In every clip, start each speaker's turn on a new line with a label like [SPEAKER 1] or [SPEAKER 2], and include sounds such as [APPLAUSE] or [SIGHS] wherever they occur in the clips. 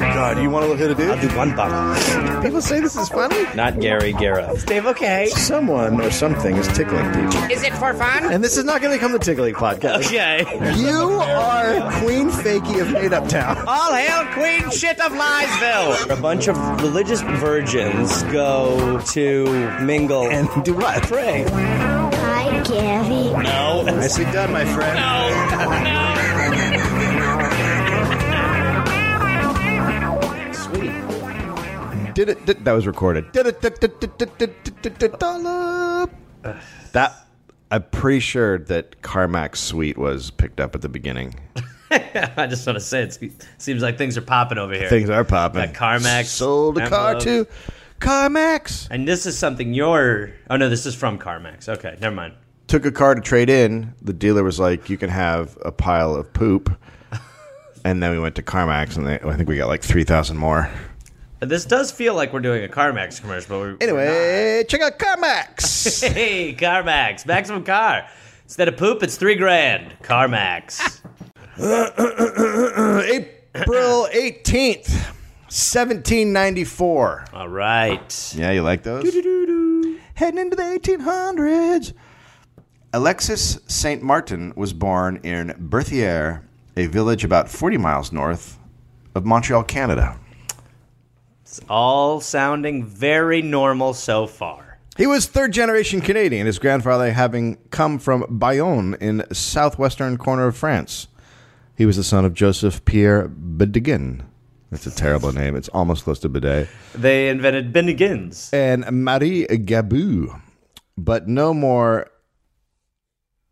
[SPEAKER 1] God, you want to hit a
[SPEAKER 2] I'll
[SPEAKER 1] dude?
[SPEAKER 2] do one bump.
[SPEAKER 1] People say this is funny.
[SPEAKER 2] Not Gary Guerra.
[SPEAKER 3] Dave, okay.
[SPEAKER 1] Someone or something is tickling people.
[SPEAKER 3] Is it for fun?
[SPEAKER 1] And this is not going to become the tickling podcast.
[SPEAKER 2] Okay.
[SPEAKER 1] You are Queen Fakey of Made Up Town.
[SPEAKER 3] All hail Queen Shit of Liesville.
[SPEAKER 2] A bunch of religious virgins go to mingle and [LAUGHS]
[SPEAKER 1] And do what?
[SPEAKER 2] pray.
[SPEAKER 4] Hi, Gary.
[SPEAKER 2] No.
[SPEAKER 1] Nicely done, my friend.
[SPEAKER 2] Sweet.
[SPEAKER 1] Did it? Did, that was recorded. Did it? Did, did, did, did, did, did, did, did, dollop. That I'm pretty sure that Carmack's suite was picked up at the beginning.
[SPEAKER 5] I just want to say it seems like things are popping over here.
[SPEAKER 1] Things are popping.
[SPEAKER 5] Got CarMax
[SPEAKER 1] sold a car to
[SPEAKER 5] envelopes.
[SPEAKER 1] CarMax.
[SPEAKER 5] And this is something you're. Oh no, this is from CarMax. Okay, never mind.
[SPEAKER 1] Took a car to trade in. The dealer was like, "You can have a pile of poop." And then we went to CarMax, and they, I think we got like three thousand more.
[SPEAKER 5] This does feel like we're doing a CarMax commercial, but we're,
[SPEAKER 1] Anyway, check out CarMax.
[SPEAKER 5] [LAUGHS] hey, CarMax, maximum car. Instead of poop, it's three grand. CarMax.
[SPEAKER 3] [LAUGHS]
[SPEAKER 1] Uh, April eighteenth, seventeen ninety four.
[SPEAKER 5] All right.
[SPEAKER 1] Yeah, you like those? Heading into the 1800s. Alexis St. Martin was born in Berthier, a village about 40 miles north of Montreal, Canada.
[SPEAKER 5] It's all sounding very normal so far.
[SPEAKER 1] He was third generation Canadian, his grandfather having come from Bayonne in southwestern corner of France. He was the son of Joseph Pierre Bedeguin. That's a terrible name. It's almost close to bidet.
[SPEAKER 5] They invented Bennigan's. [LAUGHS]
[SPEAKER 1] and Marie Gabou. But no more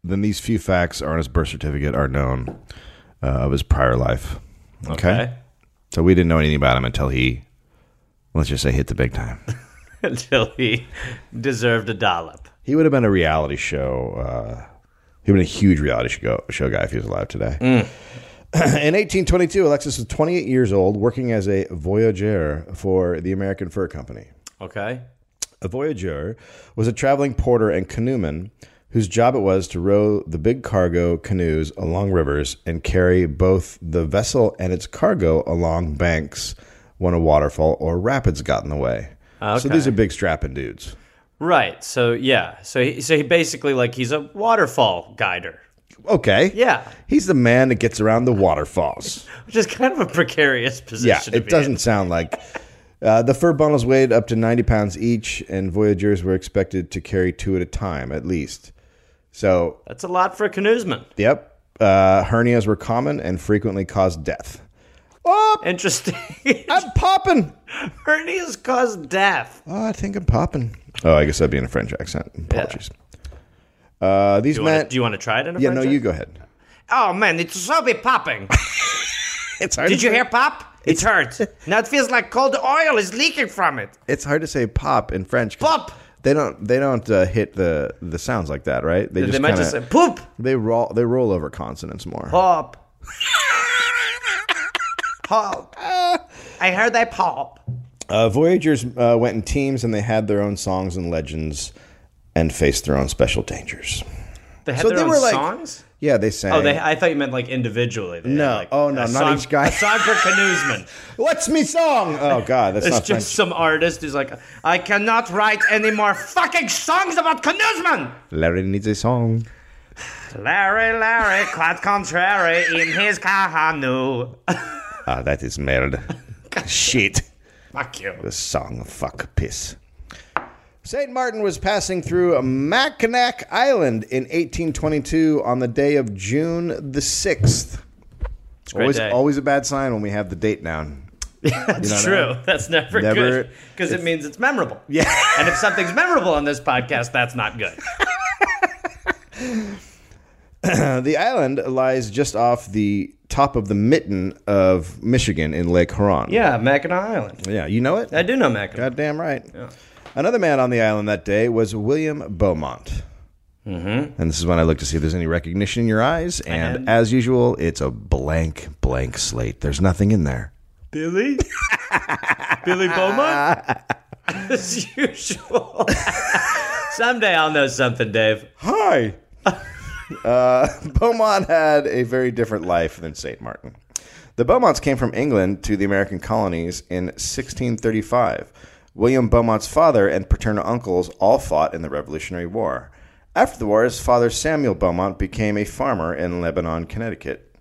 [SPEAKER 1] than these few facts are on his birth certificate are known uh, of his prior life. Okay? So we didn't know anything about him until he, let's just say, hit the big time.
[SPEAKER 5] Until he deserved a dollop.
[SPEAKER 1] he would have been a reality show. Uh, he would have been a huge reality show, show guy if he was alive today. [CLEARS THROAT] In 1822, Alexis was 28 years old, working as a voyageur for the American Fur Company.
[SPEAKER 5] Okay.
[SPEAKER 1] A voyageur was a traveling porter and canoeman whose job it was to row the big cargo canoes along rivers and carry both the vessel and its cargo along banks when a waterfall or rapids got in the way. So these are big strapping dudes.
[SPEAKER 5] Right. So yeah. So he, so he basically like he's a waterfall guider,
[SPEAKER 1] Okay.
[SPEAKER 5] Yeah.
[SPEAKER 1] He's the man that gets around the
[SPEAKER 5] [LAUGHS]
[SPEAKER 1] waterfalls.
[SPEAKER 5] which is kind of a precarious position.
[SPEAKER 1] yeah,
[SPEAKER 5] to
[SPEAKER 1] it
[SPEAKER 5] be
[SPEAKER 1] doesn't
[SPEAKER 5] in.
[SPEAKER 1] sound like. Uh, the fur bundles weighed up to 90 pounds each, and voyageurs were expected to carry two at a time at least. So
[SPEAKER 5] That's a lot for a canoesman.
[SPEAKER 1] Yep. Uh, hernias were common and frequently caused death. Oh,
[SPEAKER 5] Interesting. [LAUGHS]
[SPEAKER 1] I'm popping.
[SPEAKER 5] Hernias cause death.
[SPEAKER 1] Oh, I think I'm popping. Oh, I guess that'd be in a French accent. Apologies. Uh, these
[SPEAKER 5] Do you,
[SPEAKER 1] men.
[SPEAKER 5] want to, do you want to try it in a
[SPEAKER 1] yeah,
[SPEAKER 5] French
[SPEAKER 1] no, you
[SPEAKER 5] accent?
[SPEAKER 1] go ahead.
[SPEAKER 5] Oh man, it's so be popping.
[SPEAKER 1] It's hard.
[SPEAKER 5] Did
[SPEAKER 1] to
[SPEAKER 5] you
[SPEAKER 1] say,
[SPEAKER 5] hear pop?
[SPEAKER 1] [LAUGHS]
[SPEAKER 5] It hurt. Now it feels like cold oil is leaking from it.
[SPEAKER 1] It's hard to say pop in French. 'cause
[SPEAKER 5] Pop.
[SPEAKER 1] They don't. They don't uh, hit the the sounds like that, right? They,
[SPEAKER 5] They
[SPEAKER 1] just
[SPEAKER 5] might just say
[SPEAKER 1] kinda-
[SPEAKER 5] poop,
[SPEAKER 1] they roll. They roll over consonants more. [LAUGHS]
[SPEAKER 5] pop, pop. I heard they pop.
[SPEAKER 1] Uh, Voyagers uh, went in teams, and they had their own songs and legends, and faced their own special dangers.
[SPEAKER 5] They had
[SPEAKER 1] So
[SPEAKER 5] their
[SPEAKER 1] they
[SPEAKER 5] own
[SPEAKER 1] were like-
[SPEAKER 5] songs.
[SPEAKER 1] Yeah, they sang.
[SPEAKER 5] Oh, they, I thought you meant like individually. They had,
[SPEAKER 1] No.
[SPEAKER 5] like,
[SPEAKER 1] Oh, no,
[SPEAKER 5] a
[SPEAKER 1] not
[SPEAKER 5] song-
[SPEAKER 1] each guy.
[SPEAKER 5] A song for canoesmen.
[SPEAKER 1] What's me song? Oh God, that's
[SPEAKER 5] [LAUGHS] It's
[SPEAKER 1] not
[SPEAKER 5] just
[SPEAKER 1] French.
[SPEAKER 5] some artist who's like, I cannot write any more fucking songs about canoesmen.
[SPEAKER 1] Larry needs a song.
[SPEAKER 5] Larry, Larry, quite contrary in his canoe.
[SPEAKER 1] Ah, that is merde. Shit.
[SPEAKER 5] [LAUGHS] Fuck you.
[SPEAKER 1] The song of fuck piss. St. Martin was passing through Mackinac Island in 1822 on the day of June the 6th.
[SPEAKER 5] It's a great
[SPEAKER 1] Always,
[SPEAKER 5] day.
[SPEAKER 1] always a bad sign when we have the date down.
[SPEAKER 5] That's
[SPEAKER 1] know what I
[SPEAKER 5] true.
[SPEAKER 1] mean?
[SPEAKER 5] That's never,
[SPEAKER 1] Never-
[SPEAKER 5] good because it means it's memorable. Yeah. and if something's memorable on this podcast, that's not good.
[SPEAKER 1] Uh, the island lies just off the top of the mitten of Michigan in Lake Huron.
[SPEAKER 5] Yeah, Mackinac Island.
[SPEAKER 1] Yeah, you know it?
[SPEAKER 5] I do know Mackinac.
[SPEAKER 1] Goddamn right. Another man on the island that day was William Beaumont. Mm-hmm. And this is when I look to see if there's any recognition in your eyes. And,
[SPEAKER 5] And-
[SPEAKER 1] as usual, it's a blank, blank slate. There's nothing in there.
[SPEAKER 5] [LAUGHS] Billy? Billy Beaumont? [LAUGHS] As usual. [LAUGHS] Someday I'll know something, Dave. [LAUGHS]
[SPEAKER 1] Hi. uh, Beaumont had a very different life than St. Martin. The Beaumonts came from England to the American colonies in 1635. William Beaumont's father and paternal uncles all fought in the Revolutionary War. After the war, his father Samuel Beaumont became a farmer in Lebanon, Connecticut.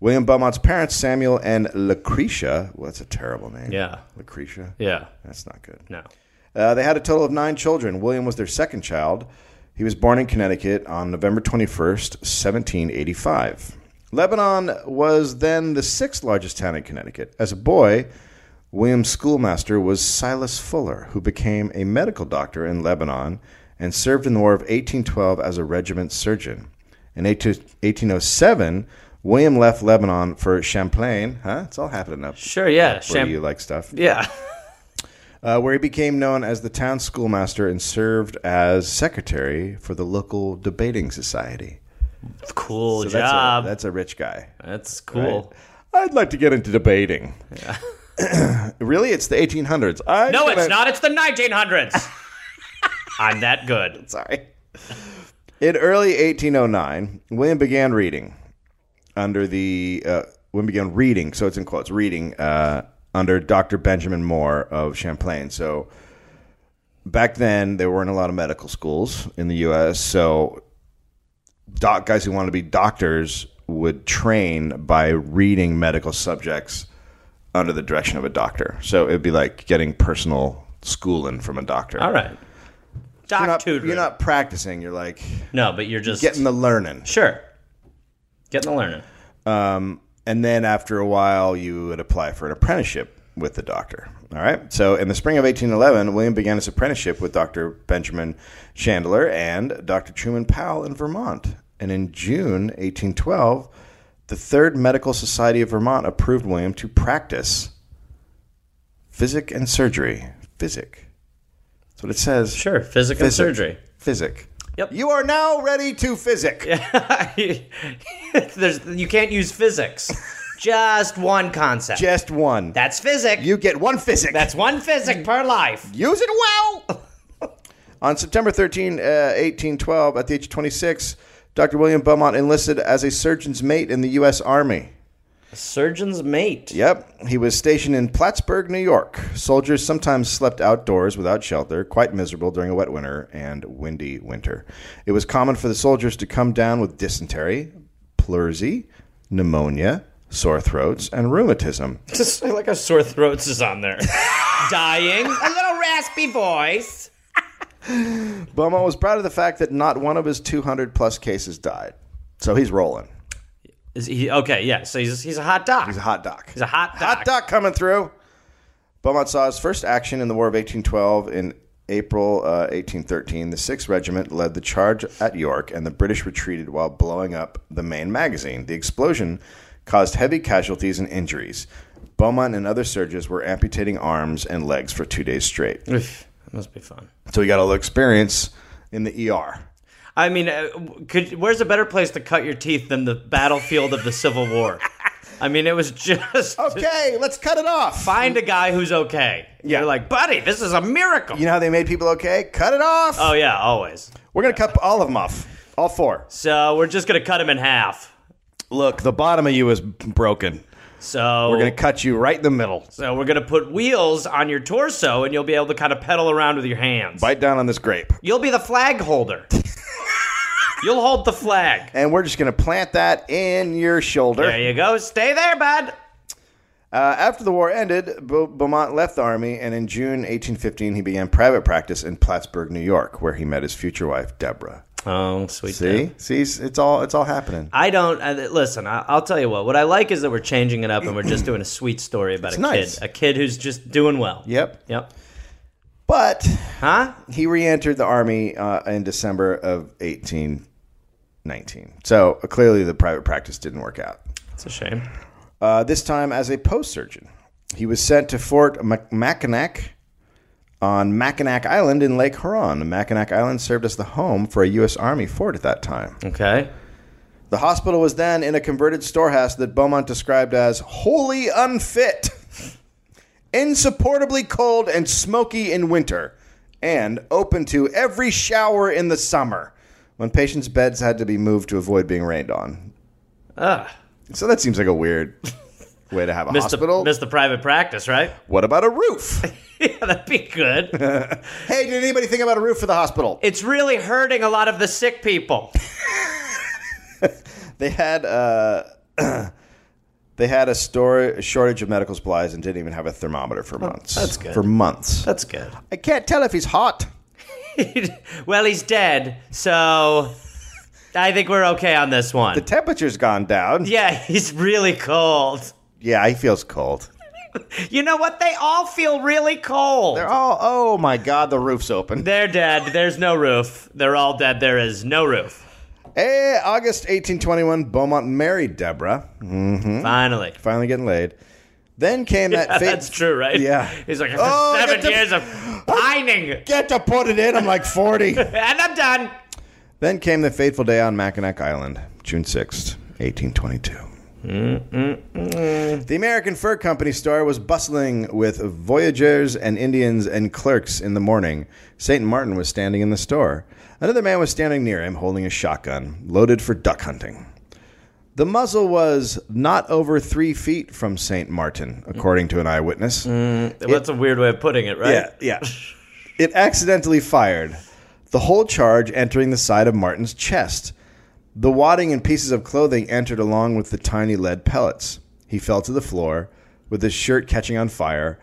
[SPEAKER 1] William Beaumont's parents, Samuel and Lucretia, well, that's a terrible name.
[SPEAKER 5] Yeah.
[SPEAKER 1] Lucretia?
[SPEAKER 5] Yeah.
[SPEAKER 1] That's not good.
[SPEAKER 5] No.
[SPEAKER 1] Uh, they had a total of nine children. William was their second child. He was born in Connecticut on November 21st, 1785. Lebanon was then the sixth largest town in Connecticut. As a boy, William's schoolmaster was Silas Fuller, who became a medical doctor in Lebanon and served in the War of 1812 as a regiment surgeon. In 18- 1807, William left Lebanon for Champlain. Huh? It's all happening up
[SPEAKER 5] Sure, yeah.
[SPEAKER 1] where
[SPEAKER 5] Champ-
[SPEAKER 1] you like stuff
[SPEAKER 5] yeah. [LAUGHS]
[SPEAKER 1] uh, where he became known as the town schoolmaster and served as secretary for the local debating society.
[SPEAKER 5] cool
[SPEAKER 1] So that's,
[SPEAKER 5] job.
[SPEAKER 1] A,
[SPEAKER 5] That's,
[SPEAKER 1] that's a rich guy.
[SPEAKER 5] cool.
[SPEAKER 1] I'd like to get into debating. [COUGHS] really, it's the 1800s. i
[SPEAKER 5] No, it's not. It's
[SPEAKER 1] [LAUGHS]
[SPEAKER 5] the 1900s. I'm that good.
[SPEAKER 1] Sorry. In early 1809, William began reading under the uh, William began reading. So it's in quotes reading uh, under Doctor Benjamin Moore of Champlain. So back then there weren't a lot of medical schools in the U.S. So doc guys who wanted to be doctors would train by reading medical subjects under the direction of a doctor. So it'd be like getting personal schooling from a doctor.
[SPEAKER 5] All right. Doc
[SPEAKER 1] You're not,
[SPEAKER 5] tutoring.
[SPEAKER 1] you're not practicing. You're like
[SPEAKER 5] no, but you're just
[SPEAKER 1] getting the learning.
[SPEAKER 5] sure. Getting the learning.
[SPEAKER 1] And then after a while, you would apply for an apprenticeship with the doctor. All right. So in the spring of 1811, William began his apprenticeship with Dr. Benjamin Chandler and Dr. Truman Powell in Vermont. And in June 1812, the Third Medical Society of Vermont approved William to practice physic and surgery. Physic. That's what it says.
[SPEAKER 5] Sure, physical
[SPEAKER 1] Physic.
[SPEAKER 5] surgery.
[SPEAKER 1] Physic.
[SPEAKER 5] Yep.
[SPEAKER 1] You are now ready to physic.
[SPEAKER 5] [LAUGHS] There's you can't use
[SPEAKER 1] [LAUGHS]
[SPEAKER 5] physics. Just one concept.
[SPEAKER 1] Just one.
[SPEAKER 5] That's physics.
[SPEAKER 1] you get one physic.
[SPEAKER 5] That's one physic per life.
[SPEAKER 1] Use it well. [LAUGHS] On September 13, uh, 1812, at the age of 26, Dr. William Beaumont enlisted as a surgeon's mate in the U.S. Army.
[SPEAKER 5] Surgeon's mate.
[SPEAKER 1] Yep, he was stationed in Plattsburgh, New York. Soldiers sometimes slept outdoors without shelter, quite miserable during a wet winter and windy winter. It was common for the soldiers to come down with dysentery, pleurisy, pneumonia, sore throats, and rheumatism.
[SPEAKER 5] Just [LAUGHS] like a sore throats is
[SPEAKER 1] [LAUGHS]
[SPEAKER 5] on there. Dying. A little raspy voice.
[SPEAKER 1] Beaumont was proud of the fact that not one of his 200 plus cases died. So he's rolling.
[SPEAKER 5] Is he okay? Yeah. So he's he's a hot doc.
[SPEAKER 1] He's a hot doc.
[SPEAKER 5] He's a hot doc.
[SPEAKER 1] hot doc coming through. Beaumont saw his first action in the War of 1812 in April uh, 1813. The 6th Regiment led the charge at York, and the British retreated while blowing up the main magazine. The explosion caused heavy casualties and injuries. Beaumont and other surgeons were amputating arms and legs for two days straight.
[SPEAKER 5] Oof, that must be fun.
[SPEAKER 1] So he got a little experience in the ER.
[SPEAKER 5] I mean, uh, could where's a better place to cut your teeth than the battlefield of the Civil
[SPEAKER 1] [LAUGHS]
[SPEAKER 5] War? I mean, it was just
[SPEAKER 1] Okay, let's cut it off.
[SPEAKER 5] find a guy who's okay.
[SPEAKER 1] Yeah.
[SPEAKER 5] You're like, buddy, this is a miracle.
[SPEAKER 1] You know how they made people okay? Cut it off.
[SPEAKER 5] oh yeah, always.
[SPEAKER 1] We're going to cut all of them off. All four.
[SPEAKER 5] So we're just gonna cut him in half.
[SPEAKER 1] Look, the bottom of you is broken.
[SPEAKER 5] So
[SPEAKER 1] We're going to cut you right in the middle.
[SPEAKER 5] so we're gonna put wheels on your torso, and you'll be able to kind of pedal around with your hands.
[SPEAKER 1] Bite down on this grape.
[SPEAKER 5] You'll be the flag
[SPEAKER 1] [LAUGHS]
[SPEAKER 5] holder. You'll hold the flag.
[SPEAKER 1] And we're just going to plant that in your shoulder.
[SPEAKER 5] There you go. Stay there, bud.
[SPEAKER 1] Uh, after the war ended, Beau- Beaumont left the army, and in June 1815, he began private practice in Plattsburgh, New York, where he met his future wife, Deborah.
[SPEAKER 5] Oh, sweet.
[SPEAKER 1] See? See, it's- it's all, it's all happening.
[SPEAKER 5] I don't I, listen. I, I'll tell you what. What I like is that we're changing it up and we're just doing a sweet story about a
[SPEAKER 1] nice.
[SPEAKER 5] kid, a kid who's just doing well.
[SPEAKER 1] Yep.
[SPEAKER 5] Yep.
[SPEAKER 1] But
[SPEAKER 5] Huh?
[SPEAKER 1] he re-entered the army uh, in December of 1819. So uh, clearly the private practice didn't work out.
[SPEAKER 5] It's a shame.
[SPEAKER 1] uh, this time as a post surgeon. He was sent to Fort Mac- Mackinac on Mackinac Island in Lake Huron. Mackinac Island served as the home for a U.S. Army fort at that time.
[SPEAKER 5] Okay.
[SPEAKER 1] The hospital was then in a converted storehouse that Beaumont described as wholly unfit, insupportably cold and smoky in winter, and open to every shower in the summer when patients' beds had to be moved to avoid being rained on.
[SPEAKER 5] Ugh.
[SPEAKER 1] So that seems like a weird way to have a
[SPEAKER 5] Miss
[SPEAKER 1] hospital.
[SPEAKER 5] The, miss the private practice, right? [LAUGHS]
[SPEAKER 1] what about a roof?
[SPEAKER 5] yeah, that'd be good.
[SPEAKER 1] hey, did anybody think about a roof for the hospital?
[SPEAKER 5] it's really hurting a lot of the sick people.
[SPEAKER 1] They had uh, [CLEARS THROAT] they had a store a shortage of medical supplies and didn't even have a thermometer for months.
[SPEAKER 5] Oh, that's good.
[SPEAKER 1] For months.
[SPEAKER 5] That's good.
[SPEAKER 1] I can't tell if he's hot.
[SPEAKER 5] [LAUGHS] well, he's dead, so I think we're okay on this one.
[SPEAKER 1] The temperature's gone down.
[SPEAKER 5] [LAUGHS] yeah, he's really cold.
[SPEAKER 1] Yeah, he feels cold.
[SPEAKER 5] You know what? They all feel really cold.
[SPEAKER 1] They're all oh my god, the roof's open.
[SPEAKER 5] They're dead. There's no roof. They're all dead. There is no roof.
[SPEAKER 1] Eh, August 1821, Beaumont married Deborah, Hmm?
[SPEAKER 5] Finally. [LAUGHS]
[SPEAKER 1] finally getting laid. Then came that fate.
[SPEAKER 5] That's true, right?
[SPEAKER 1] Yeah.
[SPEAKER 5] He's like, after
[SPEAKER 1] Oh, I
[SPEAKER 5] seven
[SPEAKER 1] got to- [GASPS]
[SPEAKER 5] years of pining,
[SPEAKER 1] [LAUGHS] Get to put it in. I'm like 40.
[SPEAKER 5] and I'm done.
[SPEAKER 1] then came the fateful day on Mackinac Island, June 6th, 1822. The American Fur Company store was bustling with voyageurs and Indians and clerks in the morning. St. Martin was standing in the store. Another man was standing near him holding a shotgun, loaded for duck hunting. The muzzle was not over three feet from St. Martin, according to an eyewitness.
[SPEAKER 5] That's a weird way of putting it, right?
[SPEAKER 1] Yeah, yeah. It accidentally fired, the whole charge entering the side of Martin's chest. The wadding and pieces of clothing entered along with the tiny lead pellets. He fell to the floor, with his shirt catching on fire,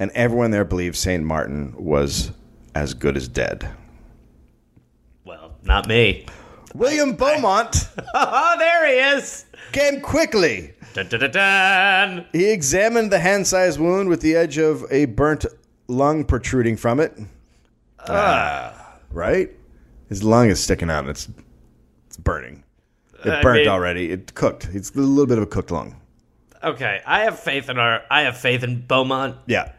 [SPEAKER 1] and everyone there believed St. Martin was as good as dead.
[SPEAKER 5] Well, not me. [LAUGHS]
[SPEAKER 1] William Beaumont
[SPEAKER 5] Oh, there he is.
[SPEAKER 1] came quickly.
[SPEAKER 5] Dun, dun, dun, dun.
[SPEAKER 1] He examined the hand sized wound with the edge of a burnt lung protruding from it. Ah, right? His lung is sticking out and it's, it's burning. It
[SPEAKER 5] I
[SPEAKER 1] burnt
[SPEAKER 5] mean-
[SPEAKER 1] already. It cooked. It's a little bit of a cooked lung.
[SPEAKER 5] Okay, I have faith in our. I have faith in Beaumont.
[SPEAKER 1] Yeah.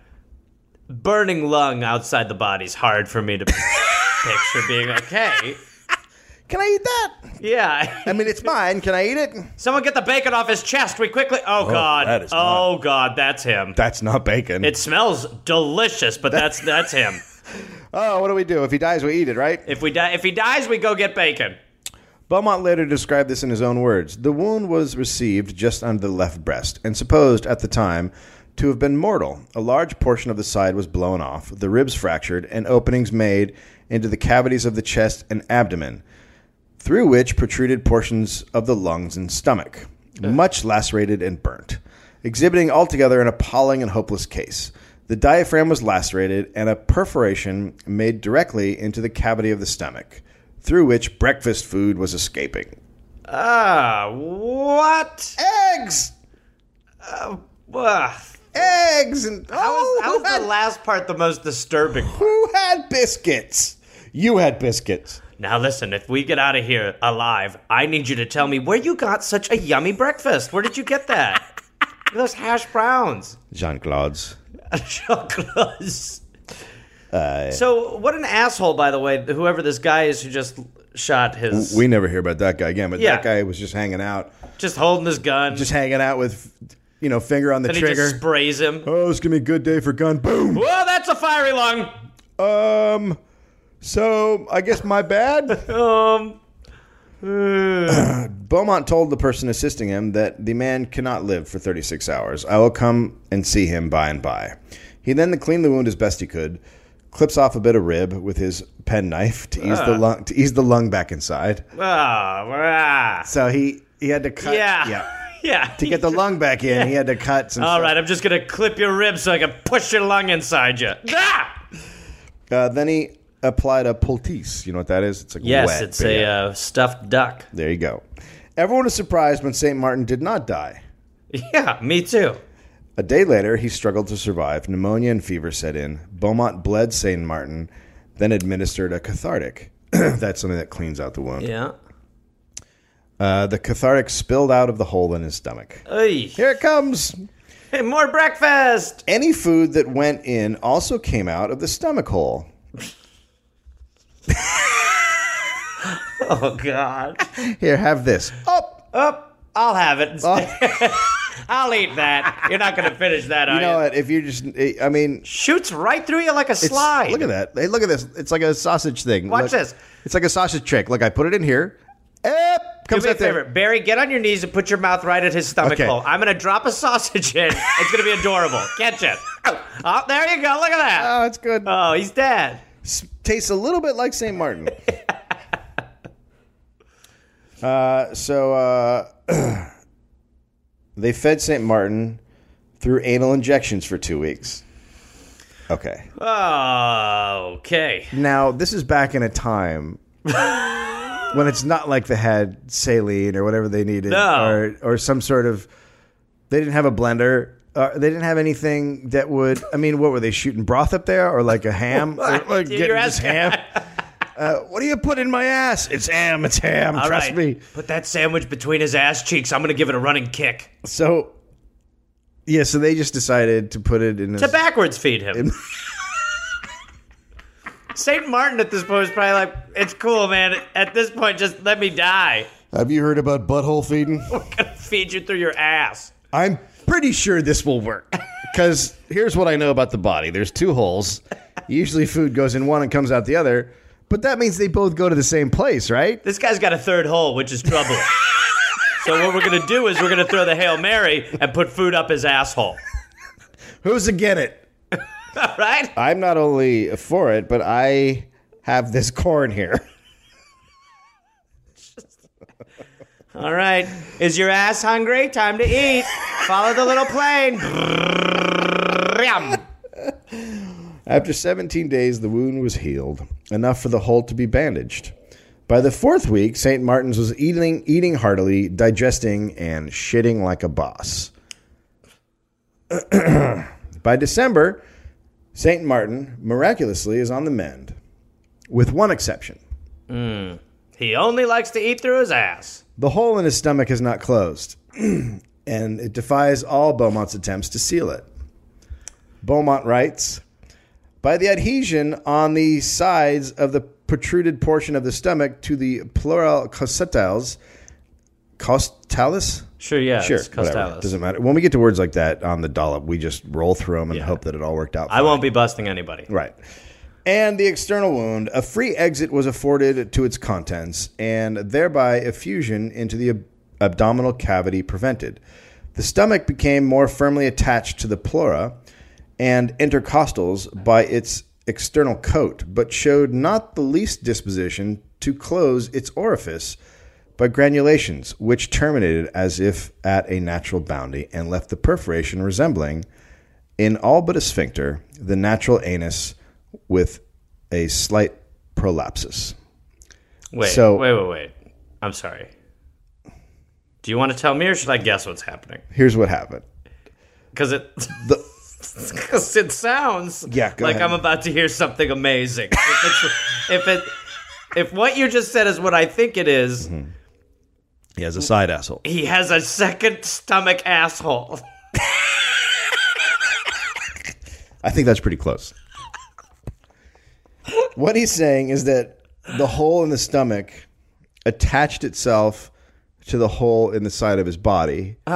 [SPEAKER 5] Burning lung outside the body's hard for me to [LAUGHS] picture being okay.
[SPEAKER 1] Can I eat that?
[SPEAKER 5] Yeah. [LAUGHS]
[SPEAKER 1] I mean, it's mine. Can I eat it?
[SPEAKER 5] Someone get the bacon off his chest. We quickly. Oh, God.
[SPEAKER 1] that is
[SPEAKER 5] oh God, that's him.
[SPEAKER 1] That's not bacon.
[SPEAKER 5] It smells delicious, but that's that's
[SPEAKER 1] [LAUGHS]
[SPEAKER 5] him.
[SPEAKER 1] oh, what do we do? If he dies, we eat it, right?
[SPEAKER 5] If we die, if he dies, we go get bacon.
[SPEAKER 1] Beaumont later described this in his own words. The wound was received just under the left breast and supposed at the time to have been mortal. A large portion of the side was blown off, the ribs fractured, and openings made into the cavities of the chest and abdomen, through which protruded portions of the lungs and stomach, much lacerated and burnt, exhibiting altogether an appalling and hopeless case. The diaphragm was lacerated and a perforation made directly into the cavity of the stomach, through which breakfast food was escaping.
[SPEAKER 5] Ah, what?
[SPEAKER 1] Eggs!
[SPEAKER 5] Ugh.
[SPEAKER 1] Eggs! And
[SPEAKER 5] How
[SPEAKER 1] oh,
[SPEAKER 5] was, how
[SPEAKER 1] who,
[SPEAKER 5] was
[SPEAKER 1] had,
[SPEAKER 5] the last part the most disturbing?
[SPEAKER 1] who had biscuits? You had biscuits.
[SPEAKER 5] Now listen, if we get out of here alive, I need you to tell me where you got such a yummy breakfast. Where did you get that? Look at Those hash browns. [LAUGHS]
[SPEAKER 1] Jean Claude's.
[SPEAKER 5] Chocolates.
[SPEAKER 1] Uh,
[SPEAKER 5] so what an asshole, by the way, whoever this guy is who just shot his,
[SPEAKER 1] We never hear about that guy again, but
[SPEAKER 5] Yeah.
[SPEAKER 1] that guy was just hanging out,
[SPEAKER 5] just holding his gun,
[SPEAKER 1] just hanging out with, you know, finger on the
[SPEAKER 5] and he
[SPEAKER 1] trigger.
[SPEAKER 5] just sprays him.
[SPEAKER 1] Oh, it's gonna be a good day for gun. Boom.
[SPEAKER 5] Well, that's a fiery lung.
[SPEAKER 1] Um, so I guess my bad. [LAUGHS]
[SPEAKER 5] Um. [SIGHS] uh,
[SPEAKER 1] Beaumont told the person assisting him that the man cannot live for 36 hours. I will come and see him by and by. He then cleaned the wound as best he could, clips off a bit of rib with his penknife to ease the lung to ease the lung back inside.
[SPEAKER 5] ah, ah.
[SPEAKER 1] So he he had to cut.
[SPEAKER 5] yeah.
[SPEAKER 1] yeah.
[SPEAKER 5] [LAUGHS] Yeah.
[SPEAKER 1] To get the lung back in, he had to cut some.
[SPEAKER 5] All
[SPEAKER 1] stuff.
[SPEAKER 5] right, I'm just gonna clip your ribs so I can push your lung inside you. Ah!
[SPEAKER 1] Uh, then he applied a poultice. You know what that is? It's like
[SPEAKER 5] Yes,
[SPEAKER 1] wet,
[SPEAKER 5] it's
[SPEAKER 1] but
[SPEAKER 5] a
[SPEAKER 1] yeah.
[SPEAKER 5] uh, stuffed duck. [LAUGHS]
[SPEAKER 1] There you go. Everyone was surprised when St. Martin did not die.
[SPEAKER 5] Yeah, me too.
[SPEAKER 1] A day later, he struggled to survive. Pneumonia and fever set in. Beaumont bled St. Martin, then administered a cathartic. [CLEARS THROAT] That's something that cleans out the wound.
[SPEAKER 5] Yeah.
[SPEAKER 1] Uh, the cathartic spilled out of the hole in his stomach.
[SPEAKER 5] Oy.
[SPEAKER 1] Here it comes.
[SPEAKER 5] Hey, more breakfast.
[SPEAKER 1] [LAUGHS] Any food that went in also came out of the stomach hole.
[SPEAKER 5] Oh God.
[SPEAKER 1] Here, have this.
[SPEAKER 5] Up, up. I'll have it.
[SPEAKER 1] Oh.
[SPEAKER 5] [LAUGHS] I'll eat that. You're not gonna finish that, are
[SPEAKER 1] You
[SPEAKER 5] you?
[SPEAKER 1] know what? If you just, I mean,
[SPEAKER 5] Shoots right through you like a
[SPEAKER 1] It's-
[SPEAKER 5] slide.
[SPEAKER 1] Look at that. Hey, look at this. It's like a sausage thing.
[SPEAKER 5] Watch
[SPEAKER 1] Look.
[SPEAKER 5] this.
[SPEAKER 1] It's like a sausage trick. Look, I put it in here. Ep. comes
[SPEAKER 5] Do me a
[SPEAKER 1] out there.
[SPEAKER 5] favor, Barry. Get on your knees and put your mouth right at his stomach
[SPEAKER 1] Okay.
[SPEAKER 5] hole. I'm gonna drop a sausage in. It's gonna be adorable. Catch it. Oh, there you go. Look at that.
[SPEAKER 1] Oh, it's good.
[SPEAKER 5] Oh, he's dead.
[SPEAKER 1] S- tastes a little bit like St. Martin. uh, so uh, [CLEARS THROAT] they fed St. Martin through anal injections for two weeks. Okay.
[SPEAKER 5] Oh, okay.
[SPEAKER 1] Now, this is back in a
[SPEAKER 5] [LAUGHS]
[SPEAKER 1] time when it's not like they had saline or whatever they needed
[SPEAKER 5] No.
[SPEAKER 1] or, or some sort of. They didn't have a blender. Uh, they didn't have anything that would. I mean, what were they shooting broth up there or like a
[SPEAKER 5] [LAUGHS]
[SPEAKER 1] ham? or, like
[SPEAKER 5] Dude,
[SPEAKER 1] getting
[SPEAKER 5] you're
[SPEAKER 1] just
[SPEAKER 5] asking-
[SPEAKER 1] ham?
[SPEAKER 5] [LAUGHS]
[SPEAKER 1] Uh, what do you put in my ass? It's ham. It's ham.
[SPEAKER 5] All
[SPEAKER 1] trust
[SPEAKER 5] right.
[SPEAKER 1] me.
[SPEAKER 5] Put that sandwich between his ass cheeks. I'm gonna give it a
[SPEAKER 1] [LAUGHS]
[SPEAKER 5] running kick.
[SPEAKER 1] So, yeah. So they just decided to put it in.
[SPEAKER 5] To
[SPEAKER 1] His,
[SPEAKER 5] backwards feed him. Saint Martin at this point is probably like, it's cool, man. At this point, just let me die. [LAUGHS]
[SPEAKER 1] have you heard about butthole feeding?
[SPEAKER 5] Feed you through your ass.
[SPEAKER 1] I'm pretty sure this will [LAUGHS] work. Because here's what I know about the body there's two holes. Usually food goes in one and comes out the other. But that means they both go to the same place, right?
[SPEAKER 5] This guy's got a third hole, which
[SPEAKER 1] [LAUGHS]
[SPEAKER 5] is troubling. so what we're gonna do is we're gonna throw the hail mary and put food up
[SPEAKER 1] [LAUGHS]
[SPEAKER 5] his asshole,
[SPEAKER 1] Who's again it?
[SPEAKER 5] right?
[SPEAKER 1] I'm not only for it, but I have this corn here. [LAUGHS]
[SPEAKER 5] All right. Is your ass hungry? Time to eat. Follow the
[SPEAKER 1] [LAUGHS]
[SPEAKER 5] little plane. Yum.
[SPEAKER 1] After 17 days, the wound was healed, enough for the hole to be bandaged. By the fourth week, St. Martin's was eating, eating heartily, digesting, and shitting like a boss. [CLEARS THROAT] By December, St. Martin miraculously is on the mend, with one exception
[SPEAKER 5] he only likes to eat through his ass.
[SPEAKER 1] the hole in his stomach is not closed, [CLEARS THROAT] and it defies all Beaumont's attempts to seal it. Beaumont writes By the adhesion on the sides of the protruded portion of the stomach to the pleural costales, costalis?
[SPEAKER 5] Sure, yeah.
[SPEAKER 1] Sure,
[SPEAKER 5] it's
[SPEAKER 1] whatever.
[SPEAKER 5] Costalis.
[SPEAKER 1] Doesn't matter. When we get to words like that on the dollop, we just roll through them and
[SPEAKER 5] Yeah.
[SPEAKER 1] hope that it all worked out.
[SPEAKER 5] I won't be busting anybody.
[SPEAKER 1] Right. And the external wound, a free exit was afforded to its contents, and thereby effusion into the ab- abdominal cavity prevented. The stomach became more firmly attached to the pleura and intercostals by its external coat, but showed not the least disposition to close its orifice by granulations, which terminated as if at a natural boundary and left the perforation resembling in all but a sphincter, the natural anus with a slight prolapsus.
[SPEAKER 5] Wait,
[SPEAKER 1] So-
[SPEAKER 5] wait, wait, wait. I'm sorry. Do you want to tell me, or should I guess what's happening?
[SPEAKER 1] Here's what happened.
[SPEAKER 5] Because it,
[SPEAKER 1] The,
[SPEAKER 5] [LAUGHS] cause it sounds
[SPEAKER 1] Yeah, go
[SPEAKER 5] like
[SPEAKER 1] ahead.
[SPEAKER 5] I'm about to hear something amazing. if, it's, if it, if what you just said is what I think it is,
[SPEAKER 1] Mm-hmm. he has a side asshole.
[SPEAKER 5] he has a second stomach asshole.
[SPEAKER 1] I think that's pretty close. what he's saying is that the hole in the stomach attached itself to the hole in the side of his [LAUGHS] body. and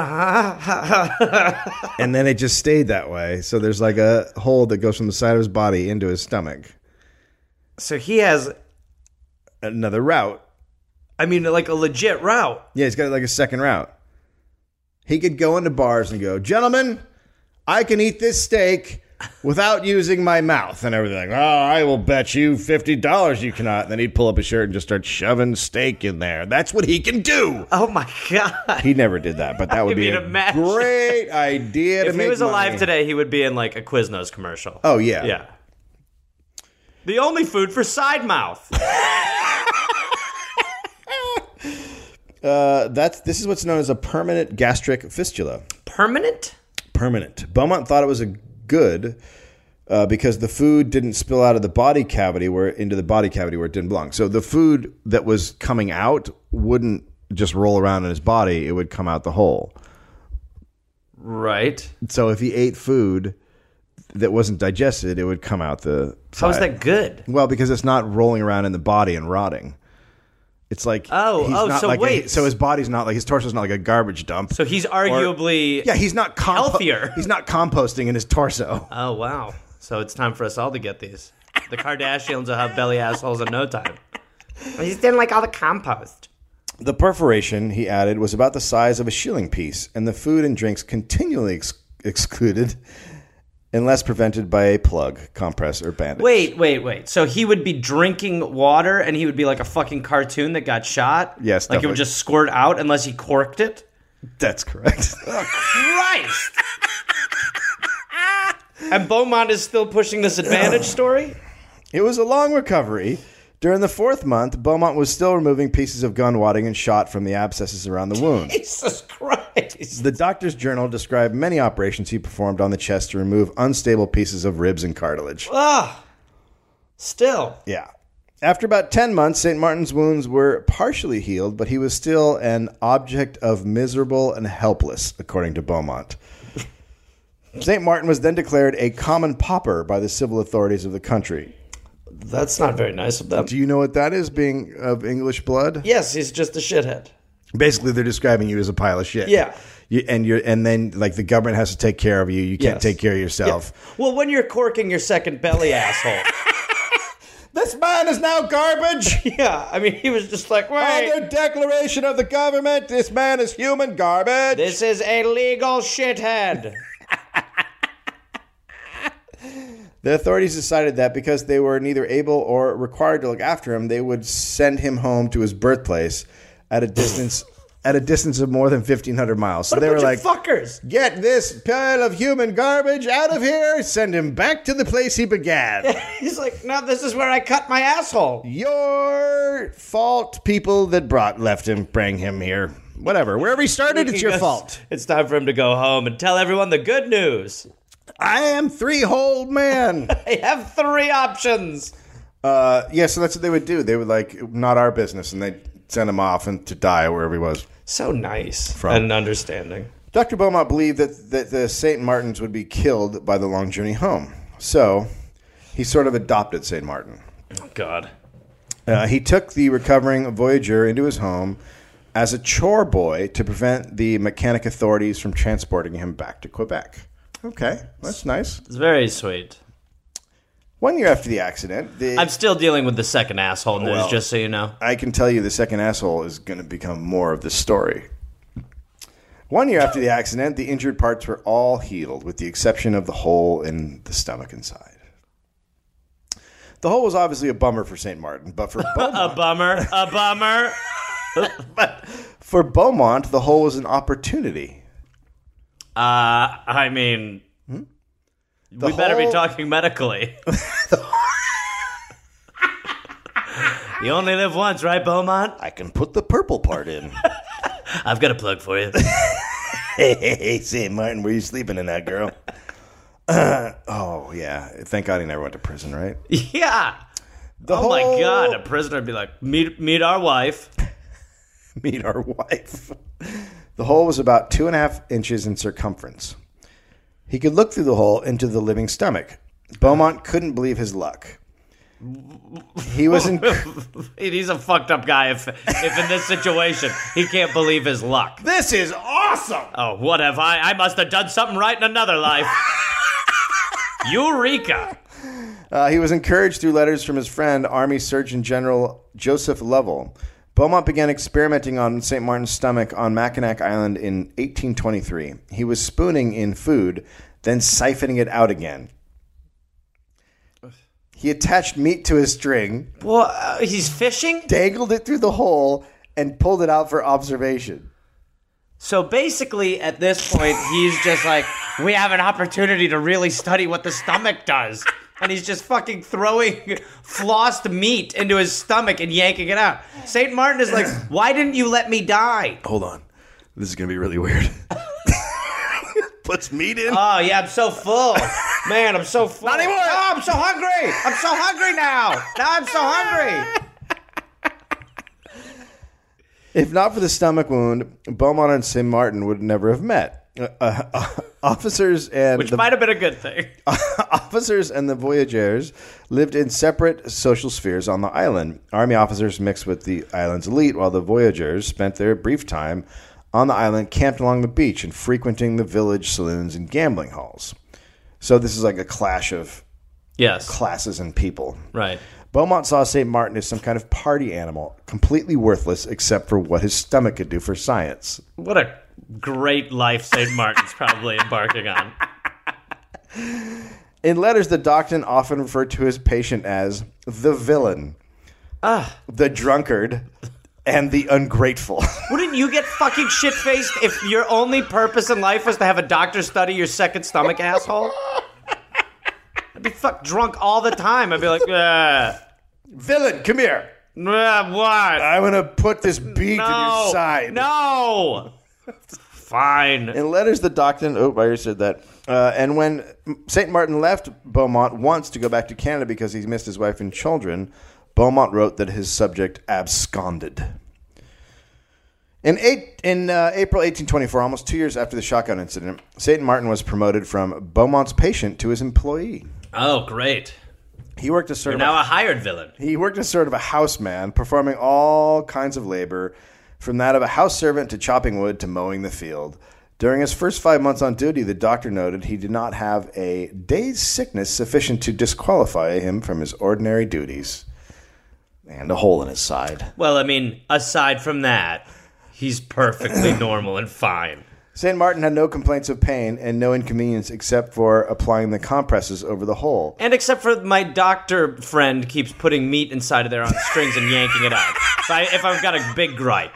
[SPEAKER 1] then it just stayed that way. So there's like a hole that goes from the side of his body into his stomach.
[SPEAKER 5] So he has,
[SPEAKER 1] Another route.
[SPEAKER 5] I mean, like a legit route.
[SPEAKER 1] Yeah, he's got like a second route. He could go into bars and go, gentlemen, I can eat this steak without using my mouth and everything. Like, oh, I will bet you fifty dollars you cannot. And then he'd pull up his shirt and just start shoving steak in there. That's what he can do.
[SPEAKER 5] Oh my [LAUGHS] god!
[SPEAKER 1] He never did that, but
[SPEAKER 5] [LAUGHS]
[SPEAKER 1] that would be
[SPEAKER 5] mean,
[SPEAKER 1] a
[SPEAKER 5] imagine.
[SPEAKER 1] great idea. to
[SPEAKER 5] If he
[SPEAKER 1] make
[SPEAKER 5] was alive
[SPEAKER 1] money.
[SPEAKER 5] today, he would be in like a Quiznos commercial.
[SPEAKER 1] oh yeah,
[SPEAKER 5] yeah. The only food for side mouth.
[SPEAKER 1] Uh, that's this is what's known as a permanent gastric fistula.
[SPEAKER 5] Permanent?
[SPEAKER 1] permanent. Beaumont thought it was a good uh, because the food didn't spill out of the body cavity where into the body cavity where it didn't belong. So the food that was coming out wouldn't just roll around in his body; it would come out the hole.
[SPEAKER 5] Right.
[SPEAKER 1] So if he ate food that wasn't digested, it would come out the.
[SPEAKER 5] How is
[SPEAKER 1] side.
[SPEAKER 5] that good?
[SPEAKER 1] Well, because it's not rolling around in the body and rotting. It's like
[SPEAKER 5] Oh,
[SPEAKER 1] he's
[SPEAKER 5] oh,
[SPEAKER 1] not
[SPEAKER 5] so
[SPEAKER 1] like a-
[SPEAKER 5] wait.
[SPEAKER 1] so his body's not like his torso's not like a garbage dump.
[SPEAKER 5] So he's arguably.
[SPEAKER 1] yeah, he's not compo-
[SPEAKER 5] Healthier.
[SPEAKER 1] He's not composting in his torso.
[SPEAKER 5] Oh wow! So it's time for us all to get these. The Kardashians will have belly assholes in no time. He's doing like all the compost.
[SPEAKER 1] The perforation, he added, was about the size of a shilling piece, and the food and drinks continually ex- excluded unless prevented by a plug, compress, or bandage.
[SPEAKER 5] Wait, wait, wait. So he would be drinking water and he would be like a fucking cartoon that got shot?
[SPEAKER 1] Yes,
[SPEAKER 5] Like it
[SPEAKER 1] definitely.
[SPEAKER 5] would just squirt out unless he corked it?
[SPEAKER 1] That's correct. [LAUGHS]
[SPEAKER 5] Christ! and Beaumont is still pushing this advantage story?
[SPEAKER 1] It was a long recovery. During the fourth month, Beaumont was still removing pieces of gun wadding and shot from the abscesses around the wound.
[SPEAKER 5] Jesus Christ.
[SPEAKER 1] The doctor's journal described many operations he performed on the chest to remove unstable pieces of ribs and cartilage.
[SPEAKER 5] Ah. Still.
[SPEAKER 1] Yeah. After about 10 months, St. Martin's wounds were partially healed, but he was still an object of miserable and helpless, according to Beaumont. St. Martin was then declared a common pauper by the civil authorities of the country.
[SPEAKER 5] That's not very nice of them.
[SPEAKER 1] Do you know what that is, being of English blood?
[SPEAKER 5] Yes, he's just a shithead.
[SPEAKER 1] Basically, they're describing you as a pile of shit.
[SPEAKER 5] Yeah.
[SPEAKER 1] You, and you're, and then like the government has to take care of you. You can't
[SPEAKER 5] Yes.
[SPEAKER 1] take care of yourself.
[SPEAKER 5] Well, when you're corking your second
[SPEAKER 1] [LAUGHS]
[SPEAKER 5] belly, asshole.
[SPEAKER 1] This man is now garbage. [LAUGHS]
[SPEAKER 5] yeah, I mean, he was just like,
[SPEAKER 1] Oh,
[SPEAKER 5] wait.
[SPEAKER 1] On the declaration of the government, this man is human garbage.
[SPEAKER 5] This is a legal shithead.
[SPEAKER 1] The authorities decided that because they were neither able or required to look after him, they would send him home to his birthplace at a distance at a distance of more than fifteen hundred miles. So [LAUGHS] they were
[SPEAKER 5] Bunch
[SPEAKER 1] like,
[SPEAKER 5] of fuckers.
[SPEAKER 1] "Get this pile of human garbage out of here! Send him back to the place he began."
[SPEAKER 5] He's like, no, this is where I cut my asshole.
[SPEAKER 1] your fault, people that brought left him, bring him here. Whatever, wherever he started, it's your
[SPEAKER 5] Yes,
[SPEAKER 1] fault.
[SPEAKER 5] It's time for him to go home and tell everyone the good news.
[SPEAKER 1] I am three whole man.
[SPEAKER 5] I have three options.
[SPEAKER 1] Uh, yeah, so that's what they would do. They would like not our business, and they would send him off and to die wherever he was.
[SPEAKER 5] So nice
[SPEAKER 1] From-
[SPEAKER 5] and understanding.
[SPEAKER 1] Dr. Beaumont believed that, that the St. Martins would be killed by the long journey home. So he sort of adopted St. Martin.
[SPEAKER 5] Oh, God.
[SPEAKER 1] Uh, he took the recovering Voyager into his home as a chore boy to prevent the mechanic authorities from transporting him back to Quebec. Okay, that's nice.
[SPEAKER 5] It's very sweet.
[SPEAKER 1] One year after the accident, the,
[SPEAKER 5] I'm still dealing with the second asshole news,
[SPEAKER 1] Well.
[SPEAKER 5] just so you know.
[SPEAKER 1] I can tell you the second asshole is going to become more of the story. One year after the accident, the injured parts were all healed, with the exception of the hole in the stomach inside. The hole was obviously a bummer for St. Martin, but
[SPEAKER 5] [LAUGHS]
[SPEAKER 1] for
[SPEAKER 5] A
[SPEAKER 1] Beaumont,
[SPEAKER 5] bummer. A bummer.
[SPEAKER 1] for Beaumont, the hole was an opportunity.
[SPEAKER 5] Uh, I mean, we better
[SPEAKER 1] Hmm?
[SPEAKER 5] be
[SPEAKER 1] whole- [LAUGHS]
[SPEAKER 5] talking medically. [LAUGHS] you only live once, right, Beaumont?
[SPEAKER 1] I can put the purple part
[SPEAKER 5] [LAUGHS]
[SPEAKER 1] in.
[SPEAKER 5] I've got a plug
[SPEAKER 1] [LAUGHS]
[SPEAKER 5] for you.
[SPEAKER 1] hey, hey, hey, St. Martin, where you sleeping in that girl? [CLEARS THROAT] oh, yeah. Thank God he never went to prison, right?
[SPEAKER 5] yeah. oh my God, a prisoner would be like, meet meet our wife.
[SPEAKER 1] [LAUGHS] meet our wife. The hole was about two and a half inches in circumference. He could look through the hole into the living stomach. Beaumont couldn't believe his luck. He was in.
[SPEAKER 5] He's a fucked up guy. If if in this situation he can't believe his luck.
[SPEAKER 1] [LAUGHS] this is awesome!
[SPEAKER 5] Oh, what have I? I must have done something right in another
[SPEAKER 1] [LAUGHS]
[SPEAKER 5] life. Eureka!
[SPEAKER 1] Uh, he was encouraged through letters from his friend, Army Surgeon General Joseph Lovell. Beaumont began experimenting on St. Martin's stomach on Mackinac Island in 1823. He was spooning in food, then siphoning it out again. He attached meat to his string,
[SPEAKER 5] Well, uh, he's fishing.
[SPEAKER 1] dangled it through the hole, and pulled it out for observation.
[SPEAKER 5] So basically, at this point, he's just like, we have an opportunity to really study what the stomach does. And he's just fucking throwing [LAUGHS] flossed meat into his stomach and yanking it out. St. Martin is like, why didn't you let me die?
[SPEAKER 1] Hold on. This is going to be really weird. Puts meat in.
[SPEAKER 5] Oh, yeah, I'm so full. Man, I'm so full. Not anymore. Oh, I'm so hungry. I'm so hungry now. Now I'm so hungry.
[SPEAKER 1] [LAUGHS] If not for the stomach wound, Beaumont and St. Martin would never have met. Uh, uh, uh, [LAUGHS] officers and
[SPEAKER 5] Which
[SPEAKER 1] the,
[SPEAKER 5] might have been a good thing.
[SPEAKER 1] officers and the voyageurs lived in separate social spheres on the island. Army officers mixed with the island's elite, while the voyageurs spent their brief time on the island, camped along the beach, and frequenting the village saloons and gambling halls. So this is like a clash of
[SPEAKER 5] Yes.
[SPEAKER 1] classes and people.
[SPEAKER 5] Right.
[SPEAKER 1] Beaumont saw St. Martin as some kind of party animal, completely worthless except for what his stomach could do for science.
[SPEAKER 6] What a great life St. Martin's probably embarking on.
[SPEAKER 1] In letters, the Doctor often referred to his patient as the villain,
[SPEAKER 5] Ah.
[SPEAKER 1] the drunkard, and the ungrateful.
[SPEAKER 5] Wouldn't you get fucking shit faced if your only purpose in life was to have a doctor study your second stomach, asshole? I'd be fuck drunk all the time. I'd be like, uh,
[SPEAKER 1] [LAUGHS] villain, come here.
[SPEAKER 5] what?
[SPEAKER 1] I'm going to put this beak in
[SPEAKER 5] no,
[SPEAKER 1] your side.
[SPEAKER 5] no. Fine.
[SPEAKER 1] In letters, the Doctor oh, I already said that. Uh, and when St. Martin left Beaumont once to go back to Canada because he missed his wife and children, Beaumont wrote that his subject absconded. In, eight, in uh, April 1824, almost two years after the shotgun incident, St. Martin was promoted from Beaumont's patient to his employee.
[SPEAKER 6] Oh, great.
[SPEAKER 1] He worked as sort of
[SPEAKER 6] Now a hired villain.
[SPEAKER 1] he worked as sort of a houseman, performing all kinds of labor, from that of a house servant to chopping wood to mowing the field. During his first five months on duty, the doctor noted he did not have a day's sickness sufficient to disqualify him from his ordinary duties. And a hole in his side.
[SPEAKER 6] Well, I mean, aside from that, he's
[SPEAKER 5] [CLEARS THROAT]
[SPEAKER 6] perfectly normal and fine.
[SPEAKER 1] St. Martin had no complaints of pain and no inconvenience except for applying the compresses over the hole.
[SPEAKER 5] And except for my doctor friend keeps putting meat inside of there on strings and yanking it out. If, I, if I've got a big gripe,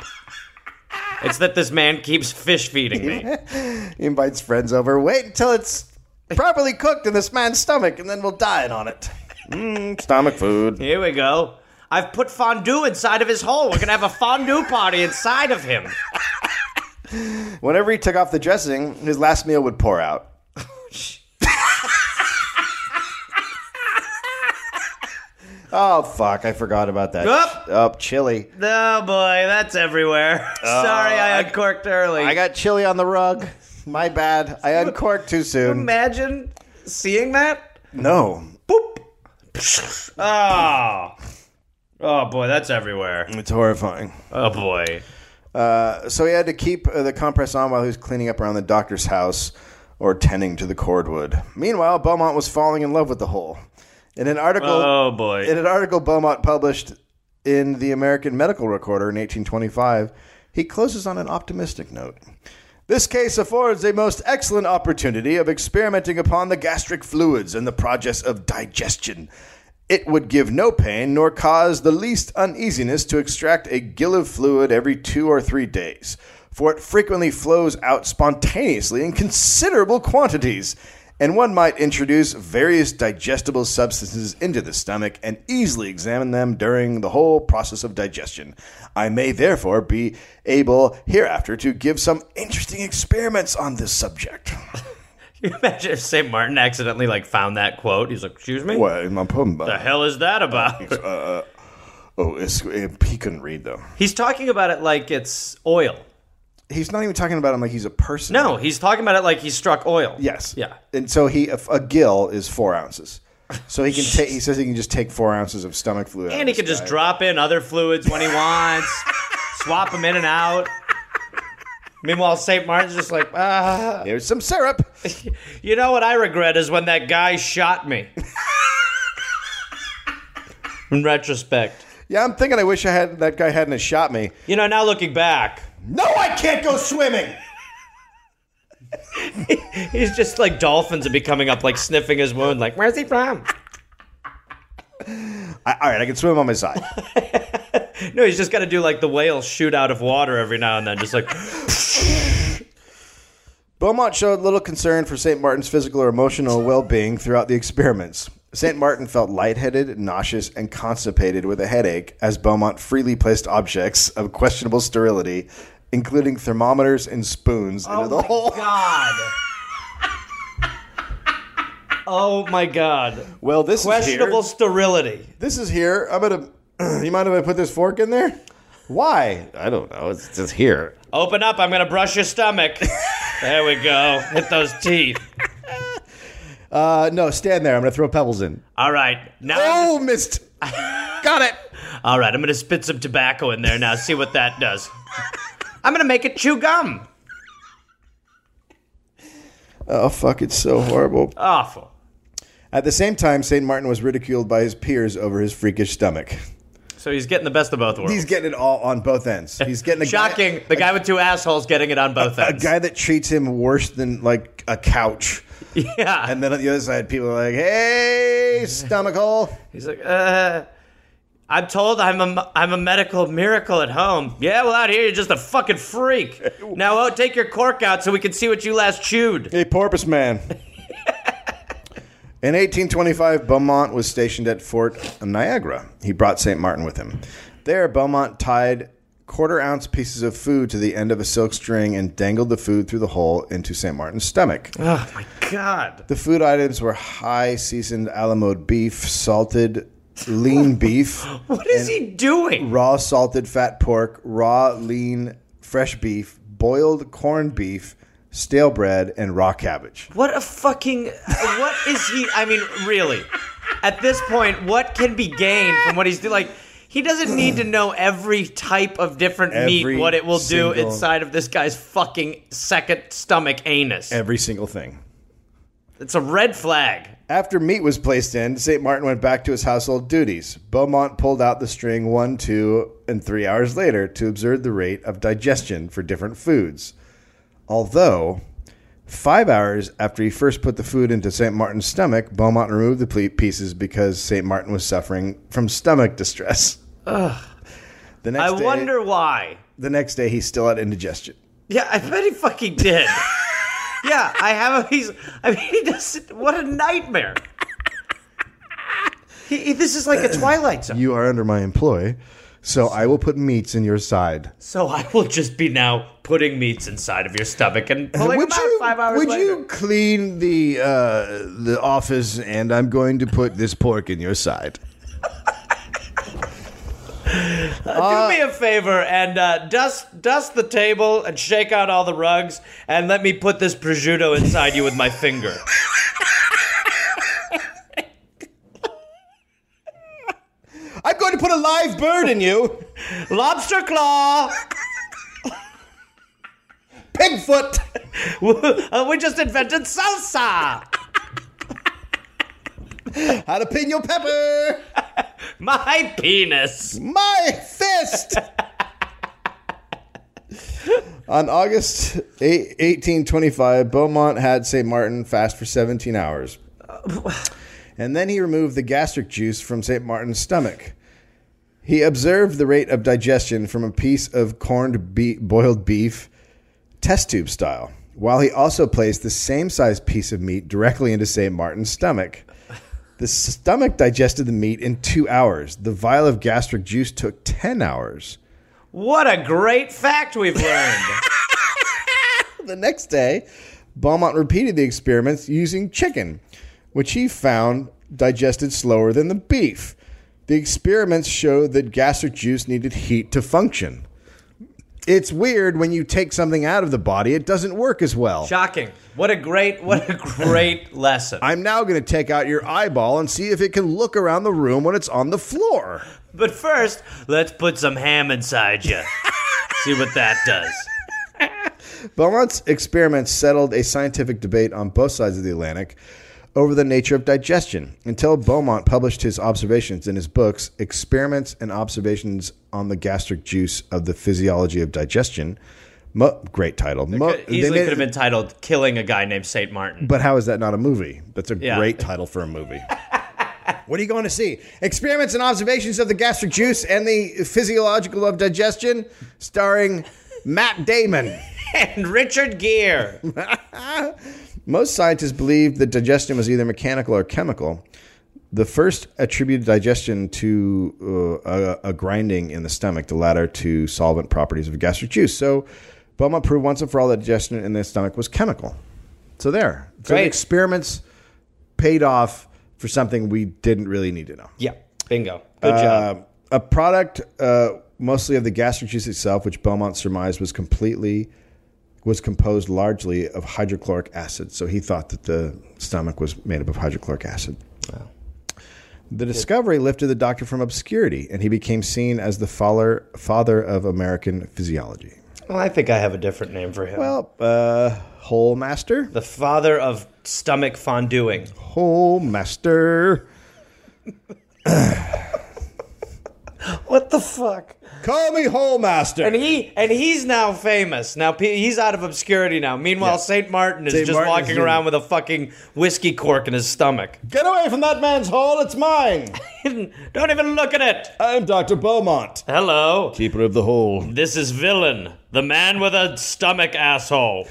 [SPEAKER 5] it's that this man keeps fish feeding me.
[SPEAKER 1] He invites friends over. Wait until it's properly cooked in this man's stomach, and then we'll dine on it. Mm, stomach [LAUGHS] food.
[SPEAKER 5] Here we go. I've put fondue inside of his hole. We're gonna have a fondue party inside of him.
[SPEAKER 1] Whenever he took off the dressing, his last meal would pour [LAUGHS] out. oh fuck! I forgot about that.
[SPEAKER 5] Up.
[SPEAKER 1] Up, chili.
[SPEAKER 5] Oh boy, that's everywhere. Sorry, Uh, I uncorked early.
[SPEAKER 1] I got chili on the rug. My bad. I uncorked too soon.
[SPEAKER 5] Imagine seeing that.
[SPEAKER 1] No,
[SPEAKER 5] Oh. Oh boy, that's everywhere.
[SPEAKER 1] it's horrifying.
[SPEAKER 5] Oh boy.
[SPEAKER 1] So he had to keep uh, the compress on while he was cleaning up around the doctor's house or tending to the cordwood. Meanwhile, Beaumont was falling in love with the hole. In an article,
[SPEAKER 5] Oh boy.
[SPEAKER 1] in an article Beaumont published in the American Medical Recorder in 1825, he closes on an optimistic note. This case affords a most excellent opportunity of experimenting upon the gastric fluids and the process of digestion. It would give no pain nor cause the least uneasiness to extract a gill of fluid every two or three days, for it frequently flows out spontaneously in considerable quantities, and one might introduce various digestible substances into the stomach and easily examine them during the whole process of digestion. I may therefore be able hereafter to give some interesting experiments on this
[SPEAKER 5] [LAUGHS]
[SPEAKER 1] subject.
[SPEAKER 6] Can you imagine if St. Martin accidentally like found that quote? He's like, "Excuse me,
[SPEAKER 1] What am I talking
[SPEAKER 6] the
[SPEAKER 1] about?
[SPEAKER 6] hell is that about?"
[SPEAKER 1] Uh, Oh, it's, he couldn't read though.
[SPEAKER 5] He's talking about it like it's oil.
[SPEAKER 1] He's not even talking about him like he's a person.
[SPEAKER 5] No, he's talking about it like he struck oil.
[SPEAKER 1] Yes.
[SPEAKER 5] Yeah.
[SPEAKER 1] And so he a, a gill is four ounces. So
[SPEAKER 5] [LAUGHS]
[SPEAKER 1] he can take. He says he can just take four ounces of stomach fluid. out
[SPEAKER 5] And he
[SPEAKER 1] of
[SPEAKER 5] can
[SPEAKER 1] his
[SPEAKER 5] just
[SPEAKER 1] diet.
[SPEAKER 5] drop in other fluids when he wants, [LAUGHS] swap them in and out. Meanwhile, St. Martin's just like, ah.
[SPEAKER 1] There's some
[SPEAKER 5] [LAUGHS]
[SPEAKER 1] syrup.
[SPEAKER 5] You know what I regret is when that guy shot me. [LAUGHS] In retrospect.
[SPEAKER 1] Yeah, I'm thinking. I wish I had that guy hadn't have shot me.
[SPEAKER 5] You know, now looking back,
[SPEAKER 1] No, I can't go swimming.
[SPEAKER 5] he's just like dolphins would be coming up, like sniffing his wound, like, where's he from?
[SPEAKER 1] I, all right, I can swim on my [LAUGHS] side.
[SPEAKER 5] No, he's just got to do like the whales shoot out of water every now and then, just like,
[SPEAKER 1] Beaumont showed little concern for St. Martin's physical or emotional well being throughout the experiments. St. Martin felt lightheaded, nauseous, and constipated with a headache as Beaumont freely placed objects of questionable sterility, including thermometers and spoons, into [LAUGHS] the hole.
[SPEAKER 5] God. Oh my God.
[SPEAKER 1] Well, this
[SPEAKER 5] Questionable
[SPEAKER 1] is here.
[SPEAKER 5] sterility.
[SPEAKER 1] This is here. I'm gonna. [CLEARS THROAT] You mind if I put this fork in there? Why? I don't know. It's just here.
[SPEAKER 5] Open up, I'm going to brush your stomach. there we go. Hit those teeth.
[SPEAKER 1] Uh, no, stand there. I'm gonna throw pebbles in.
[SPEAKER 5] All right. Now.
[SPEAKER 1] Oh, missed. Got it.
[SPEAKER 5] All right, I'm gonna spit some tobacco in there now. See what that does. I'm gonna make it chew gum.
[SPEAKER 1] Oh fuck! It's so horrible.
[SPEAKER 5] Awful.
[SPEAKER 1] At the same time, St. Martin was ridiculed by his peers over his freakish stomach.
[SPEAKER 5] So he's getting the best of both worlds.
[SPEAKER 1] He's getting it all on both ends. He's getting a guy-
[SPEAKER 5] Shocking. the guy with two assholes getting it on both
[SPEAKER 1] a
[SPEAKER 5] ends.
[SPEAKER 1] guy that treats him worse than like a couch.
[SPEAKER 5] [LAUGHS] yeah.
[SPEAKER 1] And then on the other side, people are like, "Hey, stomach hole."
[SPEAKER 5] He's like, uh, I'm told I'm a, I'm a medical miracle at home. Yeah, well, out here, you're just a
[SPEAKER 1] [LAUGHS]
[SPEAKER 5] fucking freak. Now, oh, take your cork out so we can see what you last chewed.
[SPEAKER 1] Hey, porpoise man. In 1825, Beaumont was stationed at Fort Niagara. He brought St. Martin with him. There, Beaumont tied quarter ounce pieces of food to the end of a silk string and dangled the food through the hole into St. Martin's stomach.
[SPEAKER 5] Oh, my God.
[SPEAKER 1] The food items were high seasoned alamode beef, salted lean beef,
[SPEAKER 5] What is he doing?
[SPEAKER 1] raw salted fat pork, raw lean fresh beef, boiled corned beef, stale bread, and raw cabbage.
[SPEAKER 5] What a fucking. What is he? I mean, really. At this point, what can be gained from what he's doing? Like, he doesn't need to know every type of different
[SPEAKER 1] Every
[SPEAKER 5] meat, what it will
[SPEAKER 1] single-
[SPEAKER 5] do inside of this guy's fucking second stomach anus.
[SPEAKER 1] Every single thing.
[SPEAKER 5] It's a red flag.
[SPEAKER 1] After meat was placed in, St. Martin went back to his household duties. Beaumont pulled out the string one, two, and three hours later to observe the rate of digestion for different foods. Although, five hours after he first put the food into St. Martin's stomach, Beaumont removed the ple- pieces because St. Martin was suffering from stomach distress. The next
[SPEAKER 5] I
[SPEAKER 1] day,
[SPEAKER 5] wonder why.
[SPEAKER 1] The next day, he still had indigestion.
[SPEAKER 5] Yeah, I bet he fucking did. yeah, I have a he's I mean he doesn't what a nightmare. He, he- this is like a twilight zone.
[SPEAKER 1] You are under my employ, so I will put meats in your side.
[SPEAKER 5] So I will just be now putting meats inside of your stomach and pulling them out five hours
[SPEAKER 1] would
[SPEAKER 5] later.
[SPEAKER 1] you clean the uh, the office and i'm going to put this pork in your side
[SPEAKER 5] Do me a favor and uh, dust dust the table and shake out all the rugs and let me put this prosciutto inside you with my finger.
[SPEAKER 1] i'm going to put a live bird in you
[SPEAKER 5] Lobster claw.
[SPEAKER 1] pigfoot
[SPEAKER 5] [LAUGHS] Uh, we just invented salsa.
[SPEAKER 1] jalapeno pepper
[SPEAKER 5] My penis.
[SPEAKER 1] my fist on august 8, 1825 beaumont had st martin fast for 17 hours and then he removed the gastric juice from st martin's stomach He observed the rate of digestion from a piece of corned be- boiled beef, test tube style, while he also placed the same size piece of meat directly into St. Martin's stomach. The stomach digested the meat in two hours. The vial of gastric juice took 10 hours.
[SPEAKER 5] What a great fact we've [LAUGHS] learned.
[SPEAKER 1] The next day, Beaumont repeated the experiments using chicken, which he found digested slower than the beef. The experiments showed that gastric juice needed heat to function. It's weird when you take something out of the body, it doesn't work as well.
[SPEAKER 5] Shocking. What a great what a great lesson.
[SPEAKER 1] I'm now going to take out your eyeball and see if it can look around the room when it's on the floor.
[SPEAKER 5] But first, let's put some ham inside you. See what that does.
[SPEAKER 1] Beaumont's experiments settled a scientific debate on both sides of the Atlantic over the nature of digestion until Beaumont published his observations in his books, Experiments and Observations on the Gastric Juice of the Physiology of Digestion. Mo- great title. Mo- they
[SPEAKER 5] Easily
[SPEAKER 1] made-
[SPEAKER 5] could have been titled "Killing a Guy Named Saint Martin."
[SPEAKER 1] but how is that not a movie? That's a
[SPEAKER 5] Yeah.
[SPEAKER 1] great title for a movie. [LAUGHS] what are you going to see? Experiments and Observations of the Gastric Juice and the Physiological of Digestion, starring Matt Damon.
[SPEAKER 5] [LAUGHS] And Richard Gere.
[SPEAKER 1] Most scientists believed that digestion was either mechanical or chemical. The first attributed digestion to uh, a, a grinding in the stomach, the latter to solvent properties of gastric juice. So, Beaumont proved once and for all that digestion in the stomach was chemical. So, there. So, the
[SPEAKER 5] Great.
[SPEAKER 1] experiments paid off for something we didn't really need to know.
[SPEAKER 5] Yeah. Bingo. Good job.
[SPEAKER 1] Uh, a product uh, mostly of the gastric juice itself, which Beaumont surmised was completely was composed largely of hydrochloric acid. So he thought that the stomach was made up of hydrochloric acid. The discovery lifted the doctor from obscurity, and he became seen as the father, father of American physiology.
[SPEAKER 5] Well, I think I have a different name for him.
[SPEAKER 1] Well, uh, Hole Master.
[SPEAKER 5] the father of stomach fonduing.
[SPEAKER 1] Hole Master.
[SPEAKER 5] What the fuck?
[SPEAKER 1] Call me Hole Master.
[SPEAKER 5] And he and he's now famous. Now pe- he's out of obscurity now. Meanwhile, Saint Martin is
[SPEAKER 1] Saint
[SPEAKER 5] just
[SPEAKER 1] Martin is
[SPEAKER 5] walking
[SPEAKER 1] in-
[SPEAKER 5] around with a fucking whiskey cork in his stomach. [LAUGHS]
[SPEAKER 1] Get away from that man's hole. It's mine.
[SPEAKER 5] Don't even look at it.
[SPEAKER 1] I'm Dr. Beaumont.
[SPEAKER 5] Hello.
[SPEAKER 1] Keeper of the hole.
[SPEAKER 5] This is Villain, the man with a stomach asshole.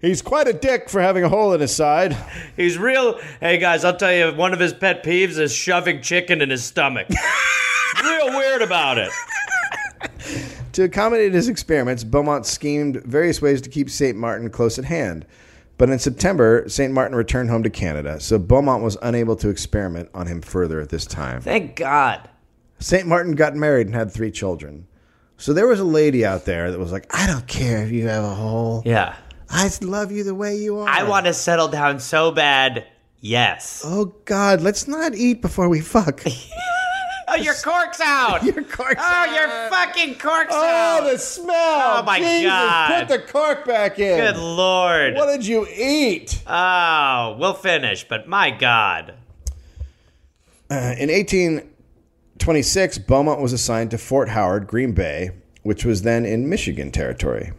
[SPEAKER 1] He's quite a dick for having a hole in his side.
[SPEAKER 5] He's real. Hey guys, I'll tell you, one of his pet peeves is shoving chicken in his
[SPEAKER 1] [LAUGHS]
[SPEAKER 5] stomach. He's real weird about it.
[SPEAKER 1] To accommodate his experiments, Beaumont schemed various ways to keep St. Martin close at hand. But in September, St. Martin returned home to Canada, so Beaumont was unable to experiment on him further at this time.
[SPEAKER 5] Thank God.
[SPEAKER 1] St. Martin got married and had three children. So there was a lady out there that was like, I don't care if you have a hole.
[SPEAKER 5] Yeah.
[SPEAKER 1] I love you the way you are.
[SPEAKER 5] I want to settle down so bad. Yes.
[SPEAKER 1] Oh, God, let's not eat before we
[SPEAKER 5] [LAUGHS]
[SPEAKER 1] fuck.
[SPEAKER 7] Oh, your cork's out.
[SPEAKER 1] Your cork's
[SPEAKER 7] oh,
[SPEAKER 1] out.
[SPEAKER 7] your fucking cork's
[SPEAKER 1] Oh,
[SPEAKER 7] out.
[SPEAKER 1] the smell. Oh,
[SPEAKER 5] my God.
[SPEAKER 1] Put the cork back in.
[SPEAKER 5] Good lord.
[SPEAKER 1] What did you eat?
[SPEAKER 5] Oh, we'll finish, but my God.
[SPEAKER 1] In 1826, Beaumont was assigned to Fort Howard, Green Bay, which was then in Michigan territory.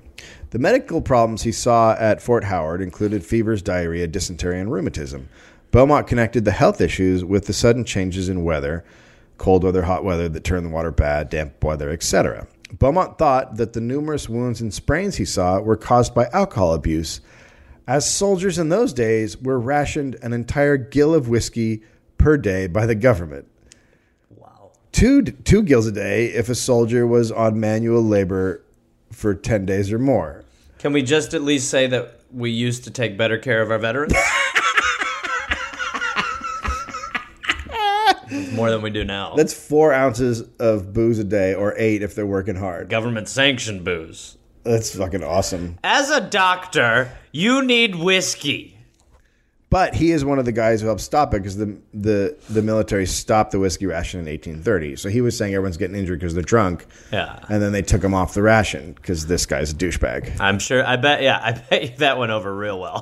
[SPEAKER 1] The medical problems he saw at Fort Howard included fevers, diarrhea, dysentery, and rheumatism. Beaumont connected the health issues with the sudden changes in weather, cold weather, hot weather that turned the water bad, damp weather, etc. Beaumont thought that the numerous wounds and sprains he saw were caused by alcohol abuse, as soldiers in those days were rationed an entire gill of whiskey per day by the government. Wow. Two, two gills a day if a soldier was on manual labor for 10 days or more.
[SPEAKER 5] Can we just at least say that we used to take better care of
[SPEAKER 7] [LAUGHS]
[SPEAKER 5] our veterans? More than we do now.
[SPEAKER 1] That's four ounces of booze a day or eight if they're working hard.
[SPEAKER 5] Government sanctioned booze.
[SPEAKER 1] That's fucking awesome.
[SPEAKER 5] As a doctor, you need whiskey.
[SPEAKER 1] But he is one of the guys who helped stop it because the, the, the military stopped the whiskey ration in 1830. So he was saying everyone's getting injured because they're drunk.
[SPEAKER 5] Yeah.
[SPEAKER 1] And then they took him off the ration because this guy's a douchebag.
[SPEAKER 5] I'm sure. I bet. Yeah, I bet [LAUGHS] you that went over real well.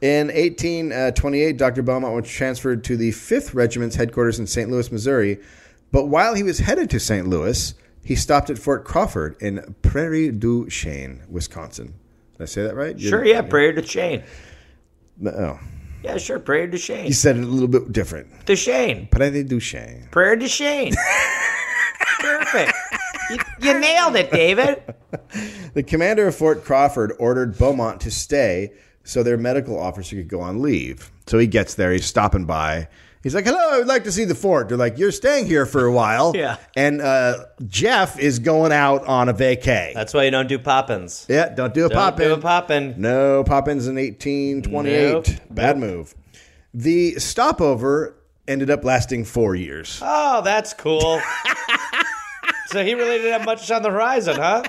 [SPEAKER 1] In 1828, Dr. Beaumont was transferred to the 5th Regiment's headquarters in St. Louis, Missouri. But while he was headed to St. Louis, he stopped at Fort Crawford in Prairie du Chien, Wisconsin. Did I say that right?
[SPEAKER 5] sure. Yeah. Prayer to Shane.
[SPEAKER 1] No.
[SPEAKER 5] Yeah. Sure. Prayer to
[SPEAKER 1] He
[SPEAKER 5] Shane.
[SPEAKER 1] said it a little bit different.
[SPEAKER 5] To Shane.
[SPEAKER 1] Prairie du Chien.
[SPEAKER 5] Prayer to Shane. Perfect. You, you nailed it, David.
[SPEAKER 1] The commander of Fort Crawford ordered Beaumont to stay so their medical officer could go on leave. So he gets there, he's stopping by. He's like, hello, I would like to see the fort. They're like, you're staying here for a while.
[SPEAKER 5] [LAUGHS] Yeah.
[SPEAKER 1] And uh, Jeff is going out on a vacay.
[SPEAKER 5] That's why you don't do poppins.
[SPEAKER 1] yeah, don't do a
[SPEAKER 5] Don't
[SPEAKER 1] pop
[SPEAKER 5] do a
[SPEAKER 1] in.
[SPEAKER 5] poppin.
[SPEAKER 1] No, Poppins in 1828.
[SPEAKER 5] Nope.
[SPEAKER 1] Bad move. The stopover ended up lasting four years.
[SPEAKER 5] Oh, that's
[SPEAKER 1] [LAUGHS]
[SPEAKER 5] cool. so he really didn't have much on the horizon, huh?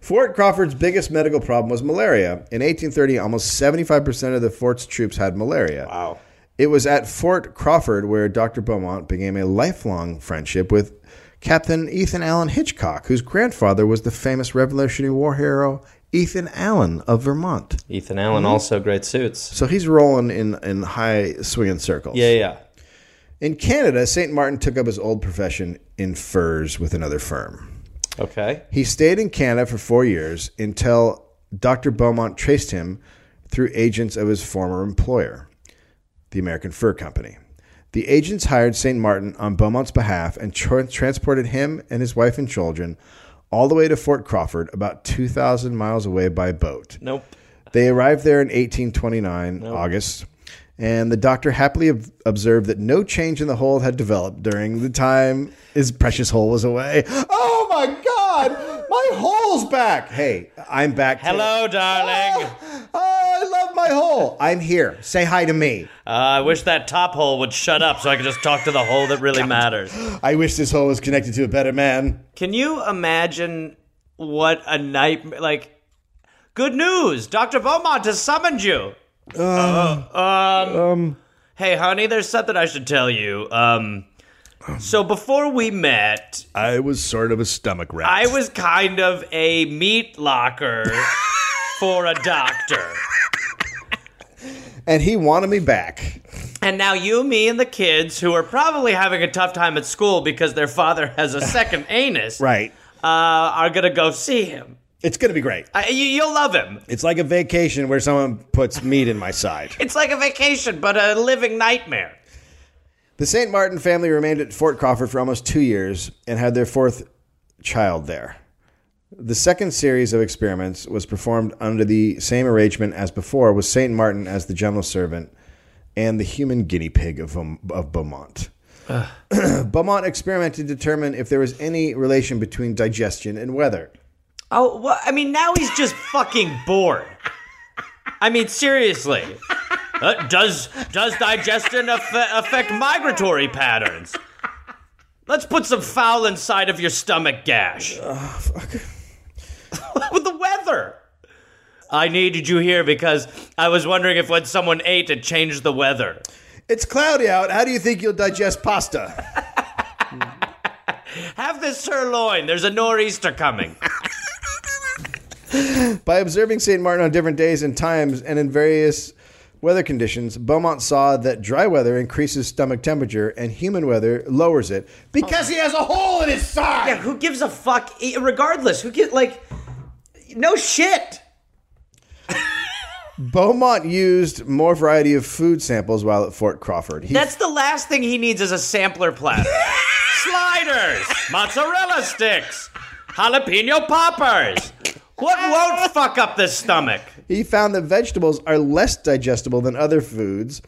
[SPEAKER 1] Fort Crawford's biggest medical problem was malaria. In 1830, almost 75% of the fort's troops had malaria. Wow. It was at Fort Crawford where Dr. Beaumont began a lifelong friendship with Captain Ethan Allen Hitchcock, whose grandfather was the famous Revolutionary War hero Ethan Allen of Vermont.
[SPEAKER 5] Ethan Allen
[SPEAKER 1] Mm-hmm.
[SPEAKER 5] also great suits.
[SPEAKER 1] So he's rolling in, in high swinging circles.
[SPEAKER 5] Yeah, yeah.
[SPEAKER 1] In Canada, St. Martin took up his old profession in furs with another firm.
[SPEAKER 5] Okay.
[SPEAKER 1] He stayed in Canada for four years until Dr. Beaumont traced him through agents of his former employer, the American Fur Company. The agents hired St. Martin on Beaumont's behalf and tra- transported him and his wife and children all the way to Fort Crawford, about 2,000 miles away by boat.
[SPEAKER 5] Nope.
[SPEAKER 1] They arrived there in 1829, August, and the doctor happily ob- observed that no change in the hole had developed during the time his precious hole was away. [GASPS] Oh my God! My hole's back! Hey, I'm back. too. [LAUGHS]
[SPEAKER 5] Hello, darling.
[SPEAKER 1] Oh, I love my hole. I'm here. Say hi to me.
[SPEAKER 5] Uh, I wish that top hole would shut up so I could just talk to the hole that really matters.
[SPEAKER 1] I wish this hole was connected to a better man.
[SPEAKER 5] Can you imagine what a nightmare? Like, good news, Doctor Beaumont has summoned you. Uh, um, hey, honey, there's something I should tell you. Um, So before we met,
[SPEAKER 1] I was sort of a stomach rat.
[SPEAKER 5] I was kind of a meat locker for a doctor.
[SPEAKER 1] and he wanted me back.
[SPEAKER 5] And now you, me, and the kids who are probably having a tough time at school because their father has a second anus,
[SPEAKER 1] Right.
[SPEAKER 5] uh, are gonna go see him.
[SPEAKER 1] It's gonna be great.
[SPEAKER 5] Uh, you, you'll love him.
[SPEAKER 1] It's like a vacation where someone puts meat in my side.
[SPEAKER 5] It's like a vacation, but a living nightmare.
[SPEAKER 1] The St. Martin family remained at Fort Crawford for almost two years and had their fourth child there. The second series of experiments was performed under the same arrangement as before, with St. Martin as the general servant and the human guinea pig of, of Beaumont. [CLEARS THROAT] Beaumont experimented to determine if there was any relation between digestion and weather.
[SPEAKER 5] Oh, well, I mean, now he's just fucking bored. I mean, seriously. Uh, does does digestion aff- affect migratory patterns? Let's put some foul inside of your stomach gash. fuck. [LAUGHS] With the weather. I needed you here because I was wondering if when someone ate, it changed the weather.
[SPEAKER 1] It's cloudy out. How do you think you'll digest pasta?
[SPEAKER 5] Have this sirloin. There's a nor'easter coming.
[SPEAKER 1] By observing St. Martin on different days and times and in various weather conditions, Beaumont saw that dry weather increases stomach temperature and humid weather lowers it because he has a hole in his side.
[SPEAKER 7] Yeah, who gives a fuck? E- Regardless, who get like, no shit.
[SPEAKER 1] Beaumont used more variety of food samples while at Fort Crawford. He,
[SPEAKER 5] That's the last thing he needs is a sampler [LAUGHS] platter. Sliders, mozzarella sticks, jalapeno poppers. What won't fuck up this stomach?
[SPEAKER 1] he found that vegetables are less digestible than other foods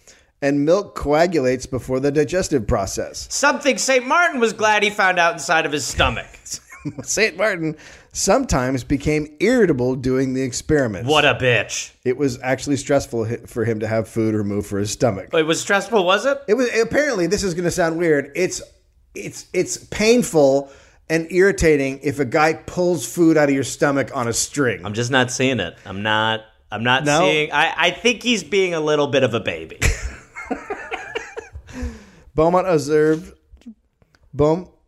[SPEAKER 1] and milk coagulates before the digestive process.
[SPEAKER 5] Something St. Martin was glad he found out inside of his stomach.
[SPEAKER 1] St. Martin sometimes became irritable doing the experiments.
[SPEAKER 5] What a bitch.
[SPEAKER 1] It was actually stressful hi- for him to have food removed for his stomach.
[SPEAKER 5] It was stressful, was it?
[SPEAKER 1] It was apparently this is going to sound weird. It's it's it's painful and irritating if a guy pulls food out of your stomach on a string.
[SPEAKER 5] I'm just not seeing it. I'm not. I'm not
[SPEAKER 1] No?
[SPEAKER 5] seeing. I, I think he's being a little bit of a baby.
[SPEAKER 1] Beaumont observed Beaum,
[SPEAKER 5] [LAUGHS]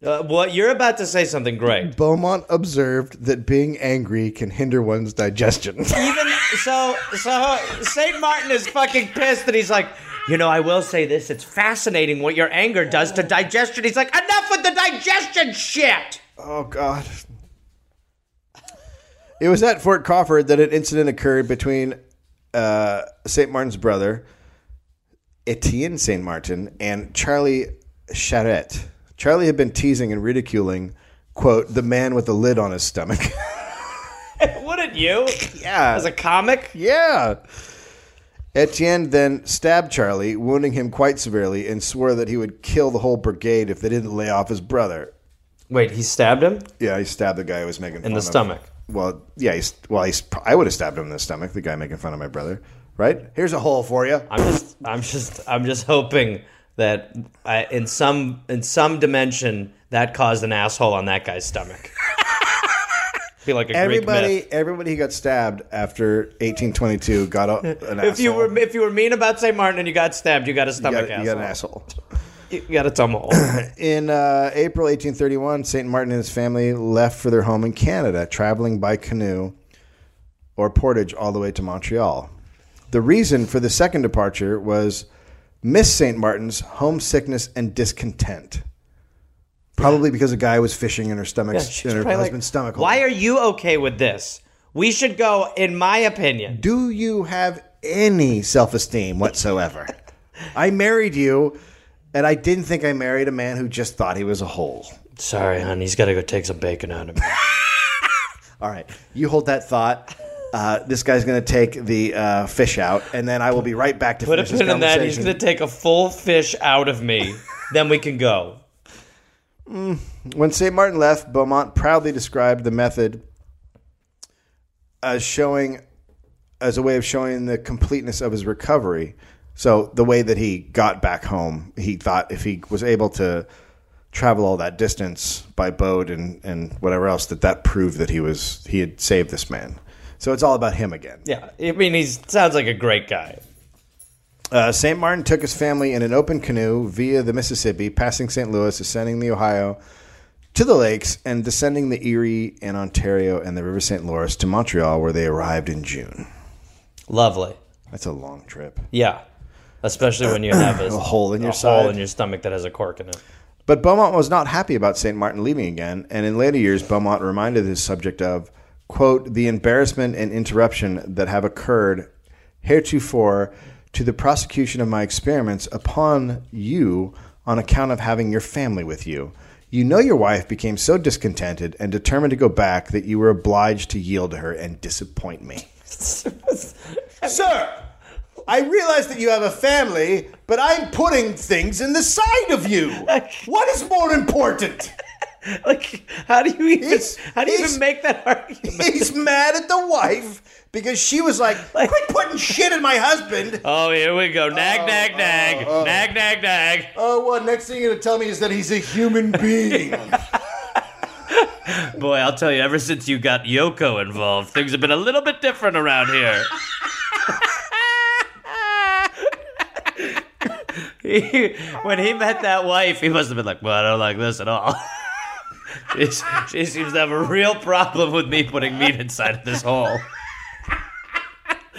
[SPEAKER 5] Uh, what you're about to say something great.
[SPEAKER 1] Beaumont observed that being angry can hinder one's digestion. [LAUGHS]
[SPEAKER 5] even so so St. Martin is fucking pissed and he's like, you know, I will say this, it's fascinating what your anger does to digestion. He's like, enough with the digestion shit.
[SPEAKER 1] oh God. It was at Fort Crawford that an incident occurred between uh, St. Martin's brother, Etienne St. Martin, and Charlie Charette. Charlie had been teasing and ridiculing, quote, the man with the lid on his stomach. [LAUGHS]
[SPEAKER 5] Wouldn't you?
[SPEAKER 1] yeah.
[SPEAKER 5] As a comic?
[SPEAKER 1] yeah. Etienne then stabbed Charlie, wounding him quite severely, and swore that he would kill the whole brigade if they didn't lay off his brother.
[SPEAKER 5] Wait, he stabbed him?
[SPEAKER 1] Yeah, he stabbed the guy who was making fun
[SPEAKER 5] In the
[SPEAKER 1] of-
[SPEAKER 5] stomach.
[SPEAKER 1] Well, yeah, he's, well, he's, I would have stabbed him in the stomach. The guy making fun of my brother, right? Here's a hole for you.
[SPEAKER 5] I'm just I'm just I'm just hoping that I, in some in some dimension that caused an asshole on that guy's stomach. [LAUGHS] Be like a Greek myth.
[SPEAKER 1] Everybody, everybody who got stabbed after 1822 got a, an
[SPEAKER 5] If you
[SPEAKER 1] asshole.
[SPEAKER 5] were if you were mean about St. Martin and you got stabbed, you got a
[SPEAKER 1] you
[SPEAKER 5] stomach
[SPEAKER 1] got, you got an asshole.
[SPEAKER 5] You got a tumble.
[SPEAKER 1] In uh, April 1831, St. Martin and his family left for their home in Canada, traveling by canoe or portage all the way to Montreal. The reason for the second departure was Miss St. Martin's homesickness and discontent. Probably because a guy was fishing in her stomach,
[SPEAKER 5] She's
[SPEAKER 1] in her
[SPEAKER 5] probably like,
[SPEAKER 1] husband's stomach. hole.
[SPEAKER 5] Why are you okay with this? We should go, in my opinion.
[SPEAKER 1] Do you have any self esteem
[SPEAKER 5] [LAUGHS]
[SPEAKER 1] whatsoever? I married you, and I didn't think I married a man who just thought he was a hole.
[SPEAKER 5] Sorry, hon. He's got to go take some bacon out of me.
[SPEAKER 1] All right, you hold that thought. Uh, this guy's going to take the uh, fish out, and then I will be right back to
[SPEAKER 5] Put a
[SPEAKER 1] finish this
[SPEAKER 5] pin in that. He's
[SPEAKER 1] conversation.
[SPEAKER 5] going to take a full fish out of
[SPEAKER 1] [LAUGHS]
[SPEAKER 5] me. then we can go.
[SPEAKER 1] when St. Martin left, Beaumont proudly described the method as showing as a way of showing the completeness of his recovery. So the way that he got back home, he thought if he was able to travel all that distance by boat and, and whatever else, that that proved that he was he had saved this man. So it's all about him again.
[SPEAKER 5] Yeah, I mean, he sounds like a great guy.
[SPEAKER 1] Uh, St. Martin took his family in an open canoe via the Mississippi, passing St. Louis, ascending the Ohio to the lakes, and descending the Erie and Ontario and the River St. Lawrence to Montreal, where they arrived in June.
[SPEAKER 5] Lovely.
[SPEAKER 1] That's a long trip.
[SPEAKER 5] Yeah. Especially
[SPEAKER 1] [COUGHS]
[SPEAKER 5] when you have a,
[SPEAKER 1] A hole in your
[SPEAKER 5] a
[SPEAKER 1] side.
[SPEAKER 5] hole in your stomach that has a
[SPEAKER 1] [LAUGHS]
[SPEAKER 5] cork in it.
[SPEAKER 1] But Beaumont was not happy about St. Martin leaving again, and in later years, Beaumont reminded his subject of, quote, the embarrassment and interruption that have occurred heretofore to the prosecution of my experiments upon you on account of having your family with you. You know your wife became so discontented and determined to go back that you were obliged to yield to her and disappoint me. Sir, I realize that you have a family, but I'm putting things in the side of [LAUGHS] you. What is more [LAUGHS] important?
[SPEAKER 7] Like, how do you even
[SPEAKER 1] He's-
[SPEAKER 7] how do you
[SPEAKER 1] he's-
[SPEAKER 7] even make
[SPEAKER 5] [LAUGHS]
[SPEAKER 7] that argument?
[SPEAKER 1] He's mad at the wife because she was like, Uh, quit putting shit in my [LAUGHS] husband.
[SPEAKER 5] Oh, here we go. Nag, nag, nag. Nag, nag, nag.
[SPEAKER 1] Oh, well, next thing you're going to tell me is that he's a human being.
[SPEAKER 5] Boy, I'll tell you, ever since you got Yoko involved, things have been a little bit different around here.
[SPEAKER 7] He- when he met that wife,
[SPEAKER 5] He must have been like, well, I don't like this at all. [LAUGHS] She's, she seems to have a real problem with me putting meat inside of this hole. [LAUGHS]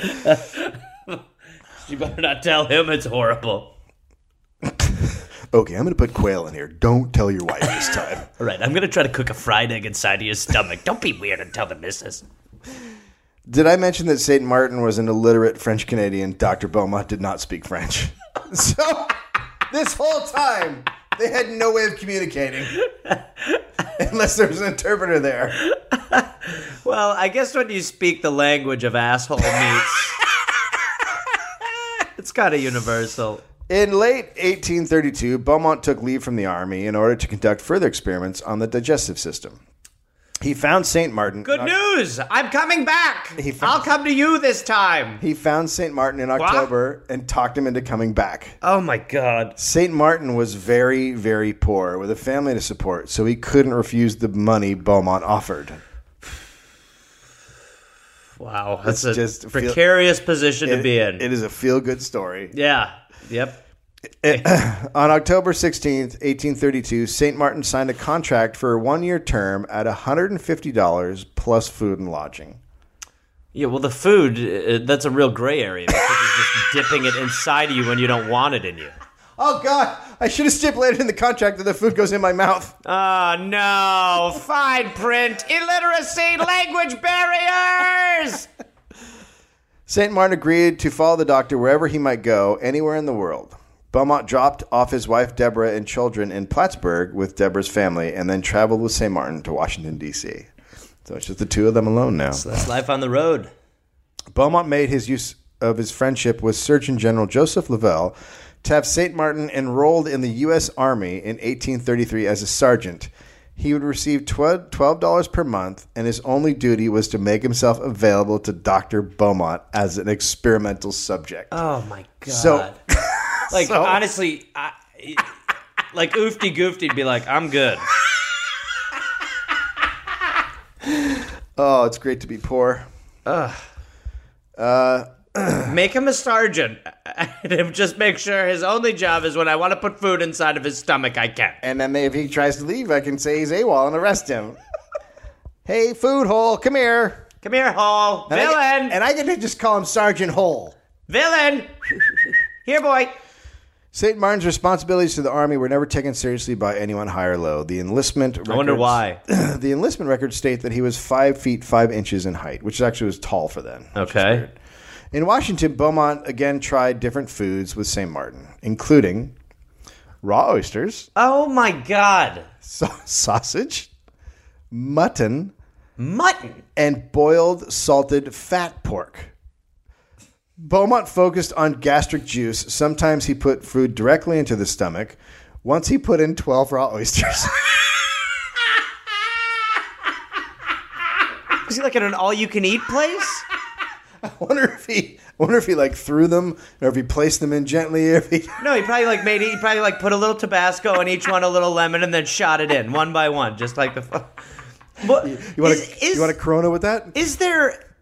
[SPEAKER 5] you better not tell him it's horrible.
[SPEAKER 1] [LAUGHS] okay, I'm going to put quail in here. Don't tell your wife this time.
[SPEAKER 5] All right, I'm going to try to cook a fried egg inside of your stomach. Don't be weird and tell the missus.
[SPEAKER 1] Did I mention that St. Martin was an illiterate French Canadian? Dr. Beaumont did not speak French. [LAUGHS] So, this whole time, they had no way of communicating. [LAUGHS] Unless there was an interpreter there.
[SPEAKER 7] well, I guess when you speak the language of asshole [LAUGHS] meats, it's kind of universal.
[SPEAKER 1] In late 1832, Beaumont took leave from the army in order to conduct further experiments on the digestive system. He found St. Martin.
[SPEAKER 7] Good news! I'm coming back.
[SPEAKER 1] He found-
[SPEAKER 7] I'll come to you this time.
[SPEAKER 1] He found St. Martin in October and talked him into coming back.
[SPEAKER 7] Oh my god!
[SPEAKER 1] St. Martin was very, very poor with a family to support, so he couldn't refuse the money Beaumont offered.
[SPEAKER 7] Wow, that's
[SPEAKER 1] It's
[SPEAKER 7] a
[SPEAKER 1] just feel-
[SPEAKER 7] precarious position to be in.
[SPEAKER 1] It is a feel good story.
[SPEAKER 7] yeah. Yep.
[SPEAKER 1] On October 16th, 1832, St. Martin signed a contract for a one year term at $150 plus food and lodging.
[SPEAKER 5] Yeah, well, the food, uh, that's a real gray area because you're just [LAUGHS] dipping it inside of you when you don't want it in you.
[SPEAKER 1] Oh, God, I should have stipulated in the contract that the food goes in my mouth.
[SPEAKER 7] Oh no! Fine print, illiteracy, language barriers.
[SPEAKER 1] St. Martin agreed to follow the doctor wherever he might go, anywhere in the world. Beaumont dropped off his wife Deborah and children in Plattsburgh with Deborah's family and then traveled with St. Martin to Washington, D.C. So it's just the two of them alone now.
[SPEAKER 5] That's life on the road.
[SPEAKER 1] Beaumont made his use of his friendship with Surgeon General Joseph Lavelle to have St. Martin enrolled in the U.S. Army in 1833 as a sergeant. He would receive twe- $12 per month, and his only duty was to make himself available to Dr. Beaumont as an experimental subject.
[SPEAKER 7] Oh my god!
[SPEAKER 1] so,
[SPEAKER 5] Like
[SPEAKER 1] So-
[SPEAKER 5] honestly, I, like oofty goofty'd be like, "I'm good."
[SPEAKER 1] oh, it's great to be poor.
[SPEAKER 7] Make him a sergeant, [LAUGHS] and just make sure his only job is when I want to put food inside of his stomach, I can.
[SPEAKER 1] And then if he tries to leave, I can say he's AWOL and arrest him. hey, food hole, come here.
[SPEAKER 7] Come here, Hall.
[SPEAKER 1] And I get-
[SPEAKER 7] Villain,
[SPEAKER 1] and I get to just call him Sergeant Hole.
[SPEAKER 7] villain. Here, boy.
[SPEAKER 1] St. Martin's responsibilities to the army were never taken seriously by anyone high or low. The enlistment. Records,
[SPEAKER 5] I
[SPEAKER 1] [LAUGHS]
[SPEAKER 5] wonder why.
[SPEAKER 1] [CLEARS THROAT] the enlistment records state that he was five feet five inches in height, which actually was tall for then.
[SPEAKER 5] Okay.
[SPEAKER 1] In Washington, Beaumont again tried different foods with St. Martin, including raw oysters, [LAUGHS]
[SPEAKER 5] Oh my god,
[SPEAKER 1] sa- sausage, mutton,
[SPEAKER 5] mutton.
[SPEAKER 1] and boiled salted fat pork. Beaumont focused on gastric juice. Sometimes he put food directly into the stomach. Once he put in 12 raw oysters. [LAUGHS]
[SPEAKER 7] Was he like in an all-you-can-eat place?
[SPEAKER 1] I wonder if he I wonder if he like threw them or if he placed them in gently or if he
[SPEAKER 7] No, he probably like made it. He probably like put a little Tabasco in each one, a little lemon, and then shot it in one by one, just like the. fu- [LAUGHS] What
[SPEAKER 1] you want
[SPEAKER 7] is-
[SPEAKER 1] a,
[SPEAKER 7] is-
[SPEAKER 1] you want a corona with that?
[SPEAKER 7] is there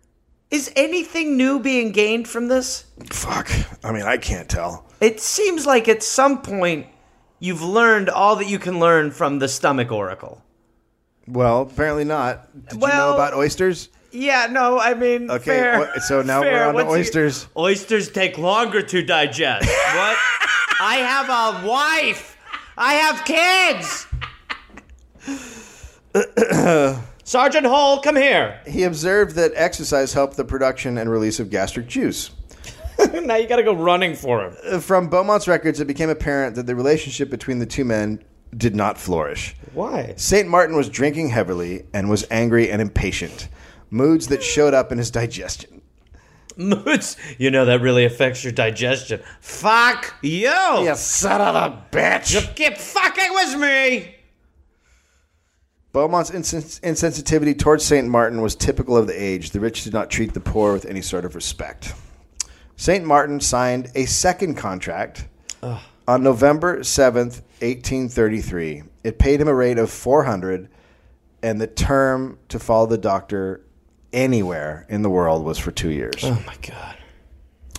[SPEAKER 7] Is anything new being gained from this?
[SPEAKER 1] Fuck. I mean, I can't tell.
[SPEAKER 7] It seems like at some point you've learned all that you can learn from the stomach oracle.
[SPEAKER 1] Well, apparently not. Did you know
[SPEAKER 7] Well-
[SPEAKER 1] about oysters?
[SPEAKER 7] Yeah, no, I mean,
[SPEAKER 1] Okay,
[SPEAKER 7] fair.
[SPEAKER 1] what- so now
[SPEAKER 7] fair.
[SPEAKER 1] we're on to
[SPEAKER 7] Once you-
[SPEAKER 1] oysters.
[SPEAKER 5] Oysters take longer to digest.
[SPEAKER 7] [LAUGHS] What? I have a wife. I have
[SPEAKER 1] [COUGHS]
[SPEAKER 7] kids. Sergeant Hall, come here.
[SPEAKER 1] He observed that exercise helped the production and release of gastric juice.
[SPEAKER 7] [LAUGHS] now you gotta go running for him.
[SPEAKER 1] From Beaumont's records, it became apparent that the relationship between the two men did not flourish.
[SPEAKER 7] Why?
[SPEAKER 1] St. Martin was drinking heavily and was angry and impatient, moods that showed up in his digestion.
[SPEAKER 5] Moods. You know that really affects your digestion.
[SPEAKER 7] Fuck you.
[SPEAKER 1] You son of a bitch!
[SPEAKER 7] Get fucking with me.
[SPEAKER 1] Beaumont's insens- insensitivity towards St. Martin was typical of the age. The rich did not treat the poor with any sort of respect. St. Martin signed a second contract on November 7th, 1833. It paid him a rate of 400 and the term to follow the doctor anywhere in the world was for 2 years.
[SPEAKER 5] Oh my god.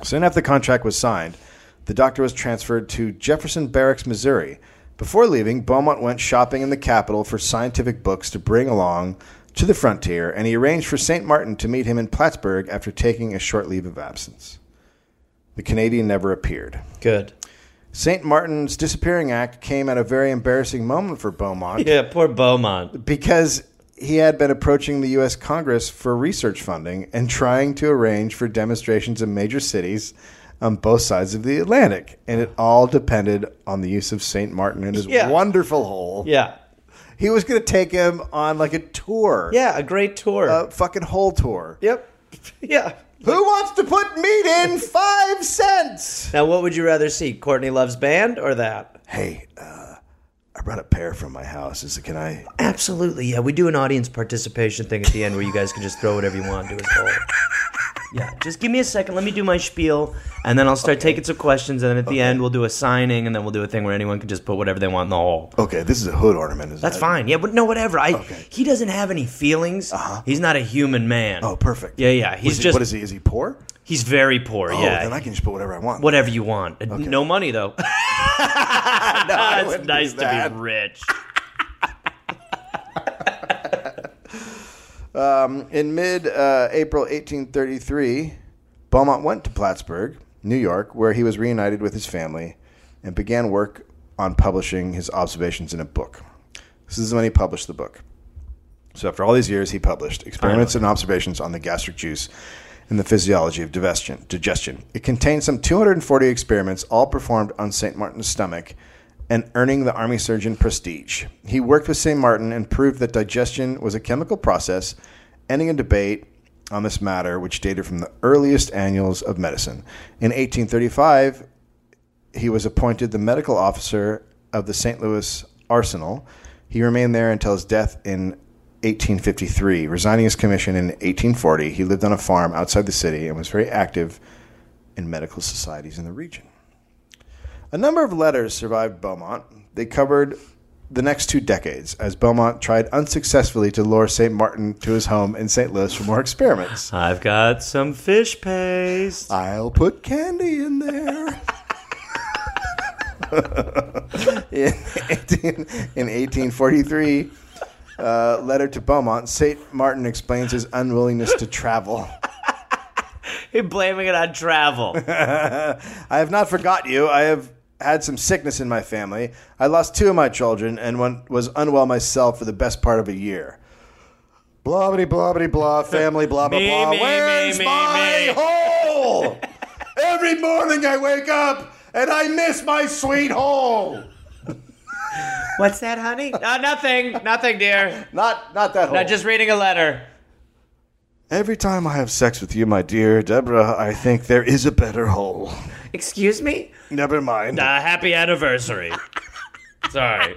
[SPEAKER 1] Soon after the contract was signed, the doctor was transferred to Jefferson Barracks, Missouri. Before leaving, Beaumont went shopping in the capital for scientific books to bring along to the frontier, and he arranged for St. Martin to meet him in Plattsburgh after taking a short leave of absence. The Canadian never appeared.
[SPEAKER 5] Good.
[SPEAKER 1] St. Martin's disappearing act came at a very embarrassing moment for Beaumont
[SPEAKER 5] Yeah, poor Beaumont.
[SPEAKER 1] because he had been approaching the U.S. Congress for research funding and trying to arrange for demonstrations in major cities on both sides of the Atlantic. And it all depended on the use of St. Martin and his
[SPEAKER 5] Yeah.
[SPEAKER 1] wonderful hole.
[SPEAKER 5] Yeah.
[SPEAKER 1] He was going to take him on like a tour,
[SPEAKER 5] Yeah, a great tour.
[SPEAKER 1] a fucking hole tour.
[SPEAKER 5] Uh, yep. [LAUGHS] Yeah.
[SPEAKER 1] Who wants to put meat in five cents?
[SPEAKER 5] Now, what would you rather see, Courtney Love's band or that?
[SPEAKER 1] Hey, uh, I brought a pair from my house. Is it, can I?
[SPEAKER 5] Absolutely. Yeah, we do an audience participation thing at the end where you guys can just throw whatever you want into his hole. Yeah, just give me a second. Let me do my spiel, and then I'll start taking some questions. And then at the end, we'll do a signing, and then we'll do a thing where anyone can just put whatever they want in the hole.
[SPEAKER 1] Okay, this is a hood ornament. Is
[SPEAKER 5] That's fine. Yeah, but no, whatever. I
[SPEAKER 1] Okay. Uh-huh.
[SPEAKER 5] he doesn't have any feelings. He's not a human man.
[SPEAKER 1] Oh, perfect.
[SPEAKER 5] Yeah, yeah. He's
[SPEAKER 1] Is he-
[SPEAKER 5] just
[SPEAKER 1] what is he? Is he poor?
[SPEAKER 5] he's very poor.
[SPEAKER 1] Oh,
[SPEAKER 5] yeah.
[SPEAKER 1] then I can just put whatever I want.
[SPEAKER 5] whatever you want. Uh, No
[SPEAKER 1] [LAUGHS]
[SPEAKER 5] money though. it's [LAUGHS]
[SPEAKER 1] wouldn't do
[SPEAKER 5] Ah, nice to
[SPEAKER 1] that.
[SPEAKER 5] be rich.
[SPEAKER 1] In mid uh, April 1833, Beaumont went to Plattsburgh, New York, where he was reunited with his family and began work on publishing his observations in a book. This is when he published the book. So, after all these years, he published Experiments and Observations on the Gastric Juice and the Physiology of Digestion. digestion. It contained some 240 experiments, all performed on St. Martin's stomach and earning the Army surgeon prestige. He worked with St. Martin and proved that digestion was a chemical process, ending a debate on this matter, which dated from the earliest annals of medicine. In 1835, he was appointed the medical officer of the St. Louis Arsenal. He remained there until his death in 1853, resigning his commission in 1840. He lived on a farm outside the city and was very active in medical societies in the region. A number of letters survived Beaumont. They covered the next two decades as Beaumont tried unsuccessfully to lure St. Martin to his home in St. Louis for more experiments.
[SPEAKER 5] I've got some fish paste.
[SPEAKER 1] I'll put candy in there. [LAUGHS] in, 18, in 1843, uh, letter to Beaumont, St. Martin explains his unwillingness to travel.
[SPEAKER 5] You're blaming it
[SPEAKER 1] [LAUGHS]
[SPEAKER 5] on travel.
[SPEAKER 1] I have not forgot you. I have had some sickness in my family. I lost two of my children and one was unwell myself for the best part of a year. Blah blah blah blah blah. Family blah blah
[SPEAKER 5] [LAUGHS] Me,
[SPEAKER 1] blah.
[SPEAKER 5] me,
[SPEAKER 1] Where's
[SPEAKER 5] me, me,
[SPEAKER 1] my
[SPEAKER 5] me. [LAUGHS]
[SPEAKER 1] hole? Every morning I wake up and I miss my sweet hole.
[SPEAKER 7] What's that,
[SPEAKER 1] [LAUGHS]
[SPEAKER 7] honey?
[SPEAKER 5] Uh, nothing, nothing, dear.
[SPEAKER 1] Not not that hole.
[SPEAKER 5] I'm just reading a letter.
[SPEAKER 1] Every time I have sex with you, my dear Deborah, I think there is a better hole.
[SPEAKER 7] Excuse me?
[SPEAKER 1] Never mind.
[SPEAKER 5] Uh, happy anniversary. Sorry.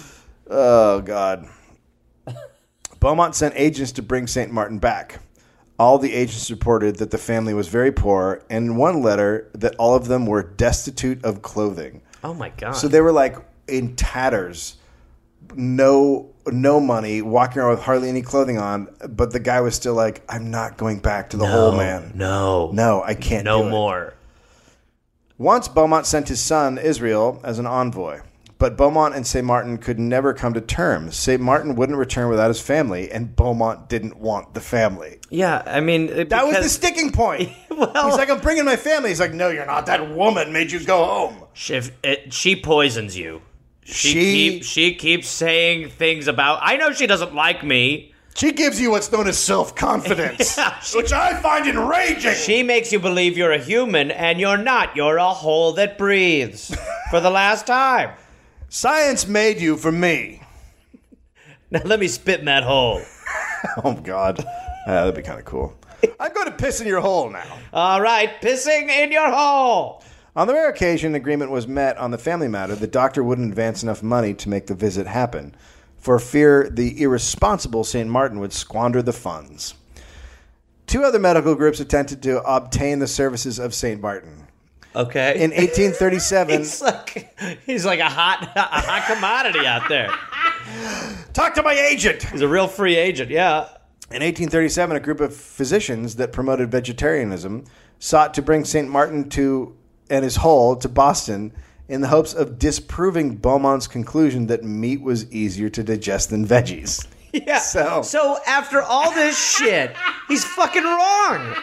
[SPEAKER 1] [LAUGHS] Oh God. Beaumont sent agents to bring St. Martin back. All the agents reported that the family was very poor, and in one letter that all of them were destitute of clothing.
[SPEAKER 5] Oh my god.
[SPEAKER 1] So they were like in tatters, no no money, walking around with hardly any clothing on, but the guy was still like, I'm not going back to the hole, man.
[SPEAKER 5] No.
[SPEAKER 1] No, I can't.
[SPEAKER 5] No
[SPEAKER 1] do it."
[SPEAKER 5] more.
[SPEAKER 1] Once Beaumont sent his son, Israel, as an envoy. But Beaumont and St. Martin could never come to terms. St. Martin wouldn't return without his family, and Beaumont didn't want the family.
[SPEAKER 5] Yeah, I mean,
[SPEAKER 1] That was the sticking point.
[SPEAKER 5] [LAUGHS] Well-
[SPEAKER 1] He's like, I'm bringing my family. He's like, no, you're not. That woman made you go home.
[SPEAKER 5] she, if it, she poisons you. She,
[SPEAKER 1] She-
[SPEAKER 5] keep, she keeps saying things about. I know she doesn't like me.
[SPEAKER 1] She gives you what's known as self
[SPEAKER 5] [LAUGHS]
[SPEAKER 1] confidence, which I find enraging.
[SPEAKER 5] She makes you believe you're a human, and you're not. You're a hole that [LAUGHS] breathes. For the last time.
[SPEAKER 1] Science made you for me.
[SPEAKER 5] Now let me spit in that hole.
[SPEAKER 1] Oh, God. Uh, that'd be kind of
[SPEAKER 5] [LAUGHS]
[SPEAKER 1] cool. I'm going to piss in your hole now.
[SPEAKER 5] All right, pissing in your hole.
[SPEAKER 1] On the rare occasion agreement was met on the family matter, the doctor wouldn't advance enough money to make the visit happen, for fear the irresponsible St. Martin would squander the funds. Two other medical groups attempted to obtain the services of St. Martin.
[SPEAKER 5] Okay.
[SPEAKER 1] In
[SPEAKER 5] [LAUGHS]
[SPEAKER 1] 1837,
[SPEAKER 5] He's like he's like a hot [LAUGHS] a hot commodity out there.
[SPEAKER 1] talk to my agent.
[SPEAKER 5] He's a real free agent. Yeah.
[SPEAKER 1] In 1837, a group of physicians that promoted vegetarianism sought to bring St. Martin to and his hole to Boston in the hopes of disproving Beaumont's conclusion that meat was easier to digest than veggies.
[SPEAKER 5] Yeah.
[SPEAKER 1] So-
[SPEAKER 5] so after all this shit, he's fucking wrong.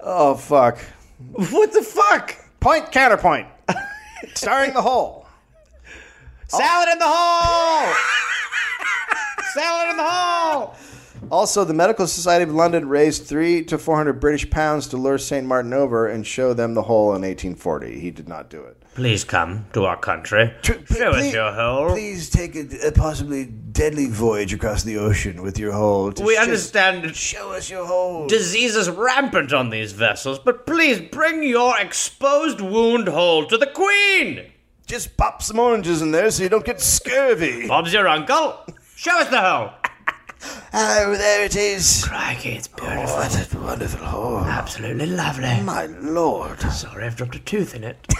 [SPEAKER 1] Oh, fuck.
[SPEAKER 5] What the fuck?
[SPEAKER 1] Point, [LAUGHS] counterpoint. Starring the hole.
[SPEAKER 5] Salad in the hole. Salad in the hole.
[SPEAKER 1] Also, the Medical Society of London raised three to 400 British pounds to lure St. Martin over and show them the hole in 1840. He did not do it.
[SPEAKER 5] Please come to our country. Show us your hole.
[SPEAKER 1] Please take a, a possibly deadly voyage across the ocean with your hole. To
[SPEAKER 5] We
[SPEAKER 1] just
[SPEAKER 5] understand that
[SPEAKER 1] Show us your hole.
[SPEAKER 5] disease is rampant on these vessels, but please bring your exposed wound hole to the Queen.
[SPEAKER 1] Just pop some oranges in there so you don't get scurvy.
[SPEAKER 5] Bob's your uncle. Show us the hole.
[SPEAKER 1] Oh, there it is.
[SPEAKER 5] Crikey, it's beautiful.
[SPEAKER 1] What a wonderful hole.
[SPEAKER 5] Absolutely lovely.
[SPEAKER 1] My lord.
[SPEAKER 5] Sorry, I've dropped a tooth in it.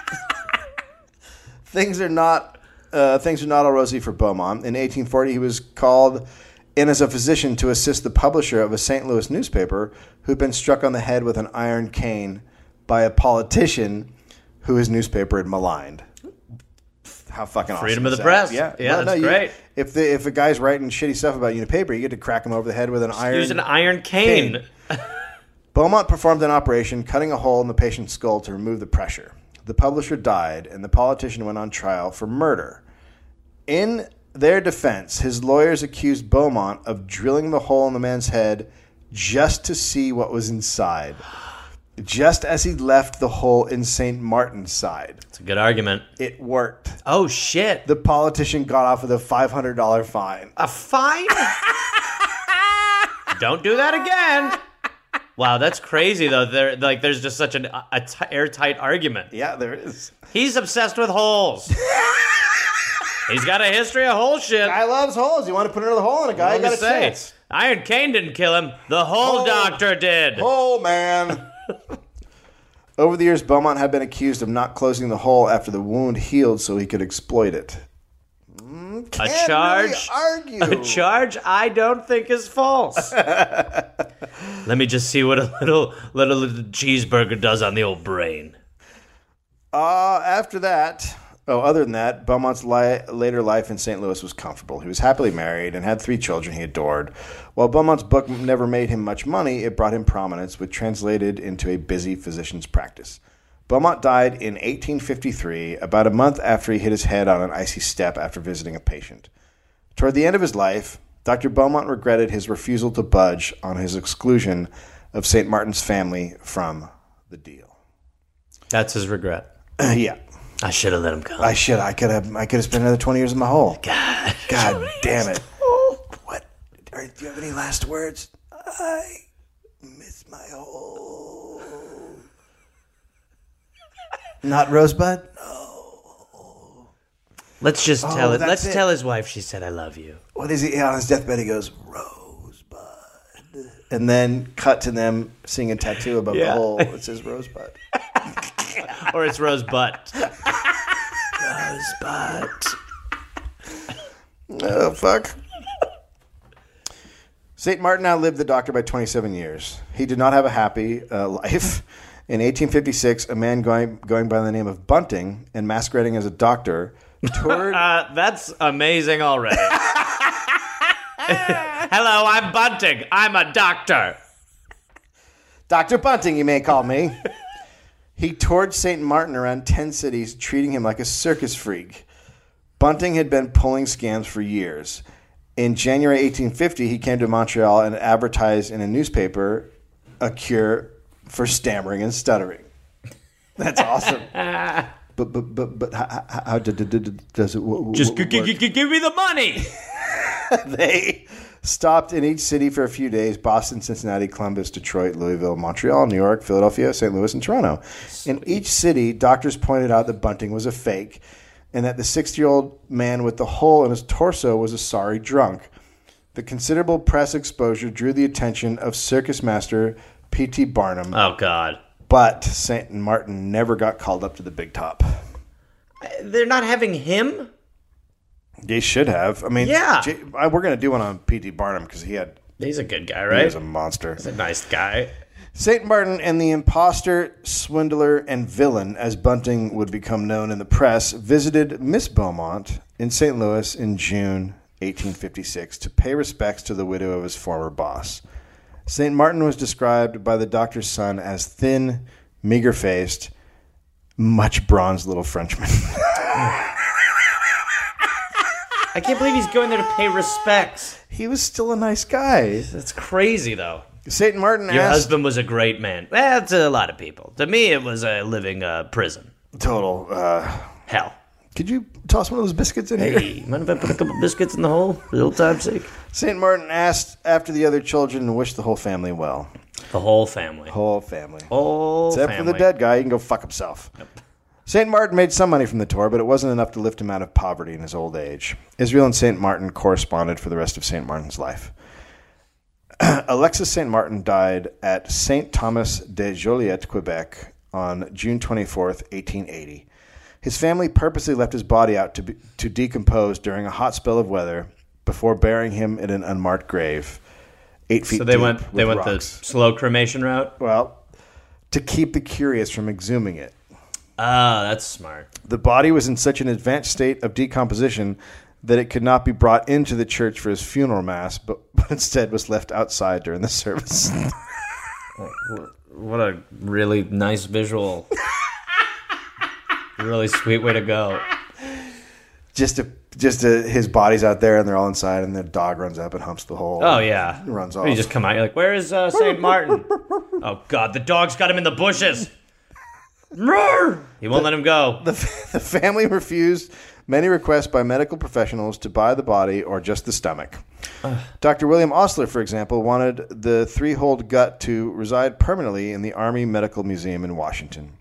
[SPEAKER 1] [LAUGHS] Things are not uh, things are not all rosy for Beaumont. In 1840, he was called in as a physician to assist the publisher of a St. Louis newspaper who'd been struck on the head with an iron cane by a politician who his newspaper had maligned. How fucking awesome!
[SPEAKER 5] Freedom of
[SPEAKER 1] is
[SPEAKER 5] the
[SPEAKER 1] that?
[SPEAKER 5] press.
[SPEAKER 1] Yeah,
[SPEAKER 5] Yeah, that's
[SPEAKER 1] you-
[SPEAKER 5] great.
[SPEAKER 1] If the if a guy's writing shitty stuff about you in a paper, you get to crack him over the head with an iron.
[SPEAKER 5] Use an iron cane.
[SPEAKER 1] Cane. Beaumont performed an operation cutting a hole in the patient's skull to remove the pressure. The publisher died, and the politician went on trial for murder. In their defense, his lawyers accused Beaumont of drilling the hole in the man's head just to see what was inside, just as he left the hole in St. Martin's side.
[SPEAKER 5] It's a good argument.
[SPEAKER 1] It worked.
[SPEAKER 5] Oh shit!
[SPEAKER 1] The politician got off with a $500 fine. [LAUGHS]
[SPEAKER 5] a fine? Don't do that again. Wow, that's crazy though. There, like, there's just such an a t- airtight argument.
[SPEAKER 1] Yeah, there is.
[SPEAKER 5] He's obsessed with holes.
[SPEAKER 1] [LAUGHS]
[SPEAKER 5] He's got a history of hole shit.
[SPEAKER 1] Guy loves holes. You want to put another hole in a guy, you
[SPEAKER 5] Let me
[SPEAKER 1] got a
[SPEAKER 5] say,
[SPEAKER 1] chance.
[SPEAKER 5] Iron Cane didn't kill him. The hole,
[SPEAKER 1] Hole.
[SPEAKER 5] doctor did.
[SPEAKER 1] Oh
[SPEAKER 5] [LAUGHS]
[SPEAKER 1] man. Over the years, Beaumont had been accused of not closing the hole after the wound healed so he could exploit it.
[SPEAKER 5] a
[SPEAKER 1] Can't
[SPEAKER 5] charge.
[SPEAKER 1] really argue.
[SPEAKER 5] A charge I don't think is
[SPEAKER 1] [LAUGHS]
[SPEAKER 5] false. Let me just see what a little little, little cheeseburger does on the old brain.
[SPEAKER 1] Uh, after that, oh, other than that, Beaumont's li- later life in St. Louis was comfortable. He was happily married and had three children he adored. While Beaumont's book never made him much money, it brought him prominence, which translated into a busy physician's practice. Beaumont died in 1853, about a month after he hit his head on an icy step after visiting a patient. Toward the end of his life, Dr. Beaumont regretted his refusal to budge on his exclusion of St. Martin's family from the deal. [CLEARS THROAT]
[SPEAKER 5] That's his regret.
[SPEAKER 1] yeah.
[SPEAKER 5] I should have let him come.
[SPEAKER 1] I should. I could have. I could have spent another twenty years in my hole. God, damn it! What? Are, do you have any last words? I miss my hole. Not Rosebud.
[SPEAKER 5] Let's just tell it.
[SPEAKER 1] Oh, that's
[SPEAKER 5] Let's
[SPEAKER 1] it.
[SPEAKER 5] tell his wife she said I love you.
[SPEAKER 1] What is he on his deathbed? He goes Rosebud, and then cut to them seeing a tattoo above the
[SPEAKER 5] Yeah.
[SPEAKER 1] hole. It says Rosebud.
[SPEAKER 5] Or it's Rose butt.
[SPEAKER 2] Rose, but
[SPEAKER 1] [LAUGHS] Oh, fuck. St. Martin outlived the doctor by 27 years. He did not have a happy uh, [LAUGHS] life. In 1856, a man going, going by the name of Bunting and masquerading as a doctor toured.
[SPEAKER 5] Uh, that's amazing
[SPEAKER 7] [LAUGHS]
[SPEAKER 5] already. Hello, I'm Bunting. I'm a doctor.
[SPEAKER 1] Dr. Bunting, you may call me. he toured St. Martin around 10 cities, treating him like a circus freak. Bunting had been pulling scams for years. In January 1850, he came to Montreal and advertised in a newspaper a cure for stammering and stuttering. That's awesome. But but but but how, how, how d- d- d- d- does it wo- wo-
[SPEAKER 5] Just
[SPEAKER 1] wo-
[SPEAKER 5] g- g-
[SPEAKER 1] work?
[SPEAKER 5] g- give me the money.
[SPEAKER 1] [LAUGHS] they stopped in each city for a few days Boston, Cincinnati, Columbus, Detroit, Louisville, Montreal, New York, Philadelphia, St. Louis, and Toronto. In each city, doctors pointed out that Bunting was a fake and that the 60 year old man with the hole in his torso was a sorry drunk. The considerable press exposure drew the attention of circus master P.T. Barnum,
[SPEAKER 5] Oh God.
[SPEAKER 1] but St. Martin never got called up to the big top.
[SPEAKER 7] They're not having him?
[SPEAKER 1] They should have. I mean,
[SPEAKER 7] Yeah.
[SPEAKER 1] J- I- we're going to do one on P.T. Barnum because he had
[SPEAKER 5] He's a good guy,
[SPEAKER 1] he
[SPEAKER 5] right?
[SPEAKER 1] was a monster.
[SPEAKER 5] nice guy.
[SPEAKER 1] St. Martin and the imposter, swindler, and villain, as Bunting would become known in the press, visited Miss Beaumont in St. Louis in June 1856 to pay respects to the widow of his former boss. St. Martin was described by the doctor's son as thin, meager faced, much bronzed little Frenchman. [LAUGHS]
[SPEAKER 7] I can't believe he's going there to pay respects.
[SPEAKER 1] he was still a nice guy.
[SPEAKER 5] That's crazy, though.
[SPEAKER 1] St. Martin
[SPEAKER 5] Your
[SPEAKER 1] asked.
[SPEAKER 5] husband was a great man. That's a lot of people. To me, it was a living uh, prison.
[SPEAKER 1] Total. Uh,
[SPEAKER 5] Hell.
[SPEAKER 1] could you toss one of those biscuits in here?
[SPEAKER 5] Hey, mind if I put a couple biscuits in the hole for the old time's sake?
[SPEAKER 1] St. Martin asked after the other children and wished the whole family well.
[SPEAKER 5] The whole family.
[SPEAKER 1] Whole family.
[SPEAKER 5] Whole
[SPEAKER 1] Except
[SPEAKER 5] family.
[SPEAKER 1] for the dead guy, he can go fuck himself. St. Martin made some money from the tour, but it wasn't enough to lift him out of poverty in his old age. Israel and St. Martin corresponded for the rest of St. Martin's life. [CLEARS THROAT] Alexis St. Martin died at St. Thomas de Joliette, Quebec, on June 24th, 1880. His family purposely left his body out to, be, to decompose during a hot spell of weather before burying him in an unmarked grave. Eight feet
[SPEAKER 5] So they
[SPEAKER 1] deep
[SPEAKER 5] went. They
[SPEAKER 1] with
[SPEAKER 5] went the
[SPEAKER 1] rocks.
[SPEAKER 5] slow cremation route.
[SPEAKER 1] Well, to keep the curious from exhuming it.
[SPEAKER 5] Ah, that's smart.
[SPEAKER 1] The body was in such an advanced state of decomposition that it could not be brought into the church for his funeral mass, but, [LAUGHS] but instead was left outside during the service. [LAUGHS]
[SPEAKER 5] What a really nice visual. [LAUGHS] really sweet way to go.
[SPEAKER 1] just to, just to, his body's out there and they're all inside, and the dog runs up and humps the hole.
[SPEAKER 5] Oh yeah.
[SPEAKER 1] Runs
[SPEAKER 5] You
[SPEAKER 1] off.
[SPEAKER 5] just come out. You're like, where is uh, Saint Martin? oh God, the dog's got him in the bushes. Roar! He won't let him go.
[SPEAKER 1] [LAUGHS] The, the family refused many requests by medical professionals to buy the body or just the stomach. Dr. William Osler, for example, wanted the three holed gut to reside permanently in the Army Medical Museum in Washington.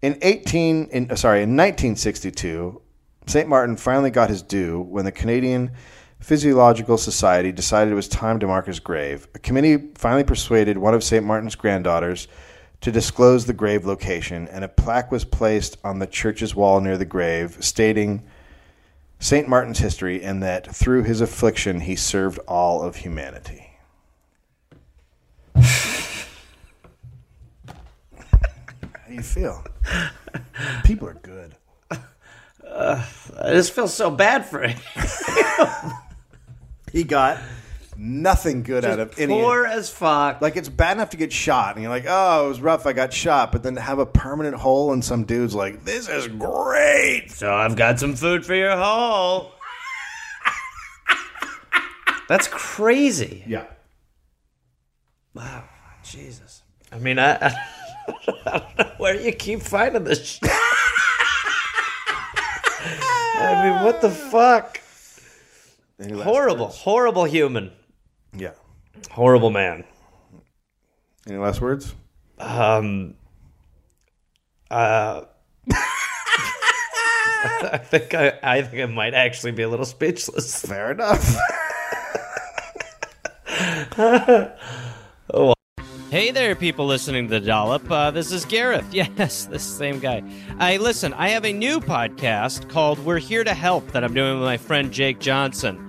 [SPEAKER 1] In 18, in, uh, sorry, in 1962, St. Martin finally got his due when the Canadian Physiological Society decided it was time to mark his grave. A committee finally persuaded one of St. Martin's granddaughters to disclose the grave location, and a plaque was placed on the church's wall near the grave stating St. Martin's history and that through his affliction he served all of humanity. [LAUGHS] How do you feel? People are good.
[SPEAKER 5] I just feel so bad for him.
[SPEAKER 1] He got nothing good out of any.
[SPEAKER 7] Poor as fuck.
[SPEAKER 1] Like it's bad enough to get shot, and you're like, "Oh, it was rough. I got shot," but then to have a permanent hole, and some dude's like, "This is great."
[SPEAKER 5] So I've got some food for your hole.
[SPEAKER 7] That's crazy.
[SPEAKER 1] Yeah.
[SPEAKER 7] Jesus.
[SPEAKER 5] I mean, I, [LAUGHS] I don't know where you keep finding this shit. I mean, what the fuck? Horrible, horrible human,
[SPEAKER 1] Yeah.
[SPEAKER 5] horrible man.
[SPEAKER 1] Any last words?
[SPEAKER 5] Um, uh, I think I, I think I might actually be a little speechless.
[SPEAKER 1] Fair [LAUGHS] enough.
[SPEAKER 5] Hey there, people listening to the Dollop. Uh, this is Gareth. [LAUGHS] Yes, this same guy. I listen. I have a new podcast called "We're Here to Help" that I'm doing with my friend Jake Johnson.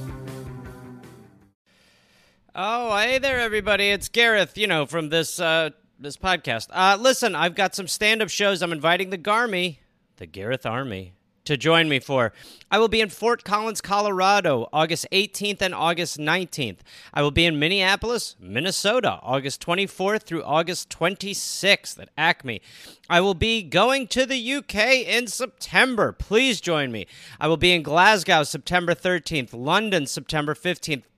[SPEAKER 5] Oh, hey there, everybody! It's Gareth, you know, from this uh, this podcast. Uh, listen, I've got some stand up shows. I'm inviting the Garmy, the Gareth Army, to join me for. I will be in Fort Collins, Colorado, August 18th and August 19th. I will be in Minneapolis, Minnesota, August 24th through August 26th at Acme. I will be going to the UK in September. Please join me. I will be in Glasgow September 13th, London September 15th,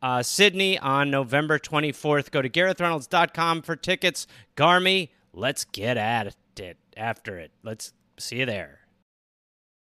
[SPEAKER 5] uh, Sydney on November 24th. Go to GarethReynolds.com for tickets. Garmy, let's get at it after it. Let's see you there.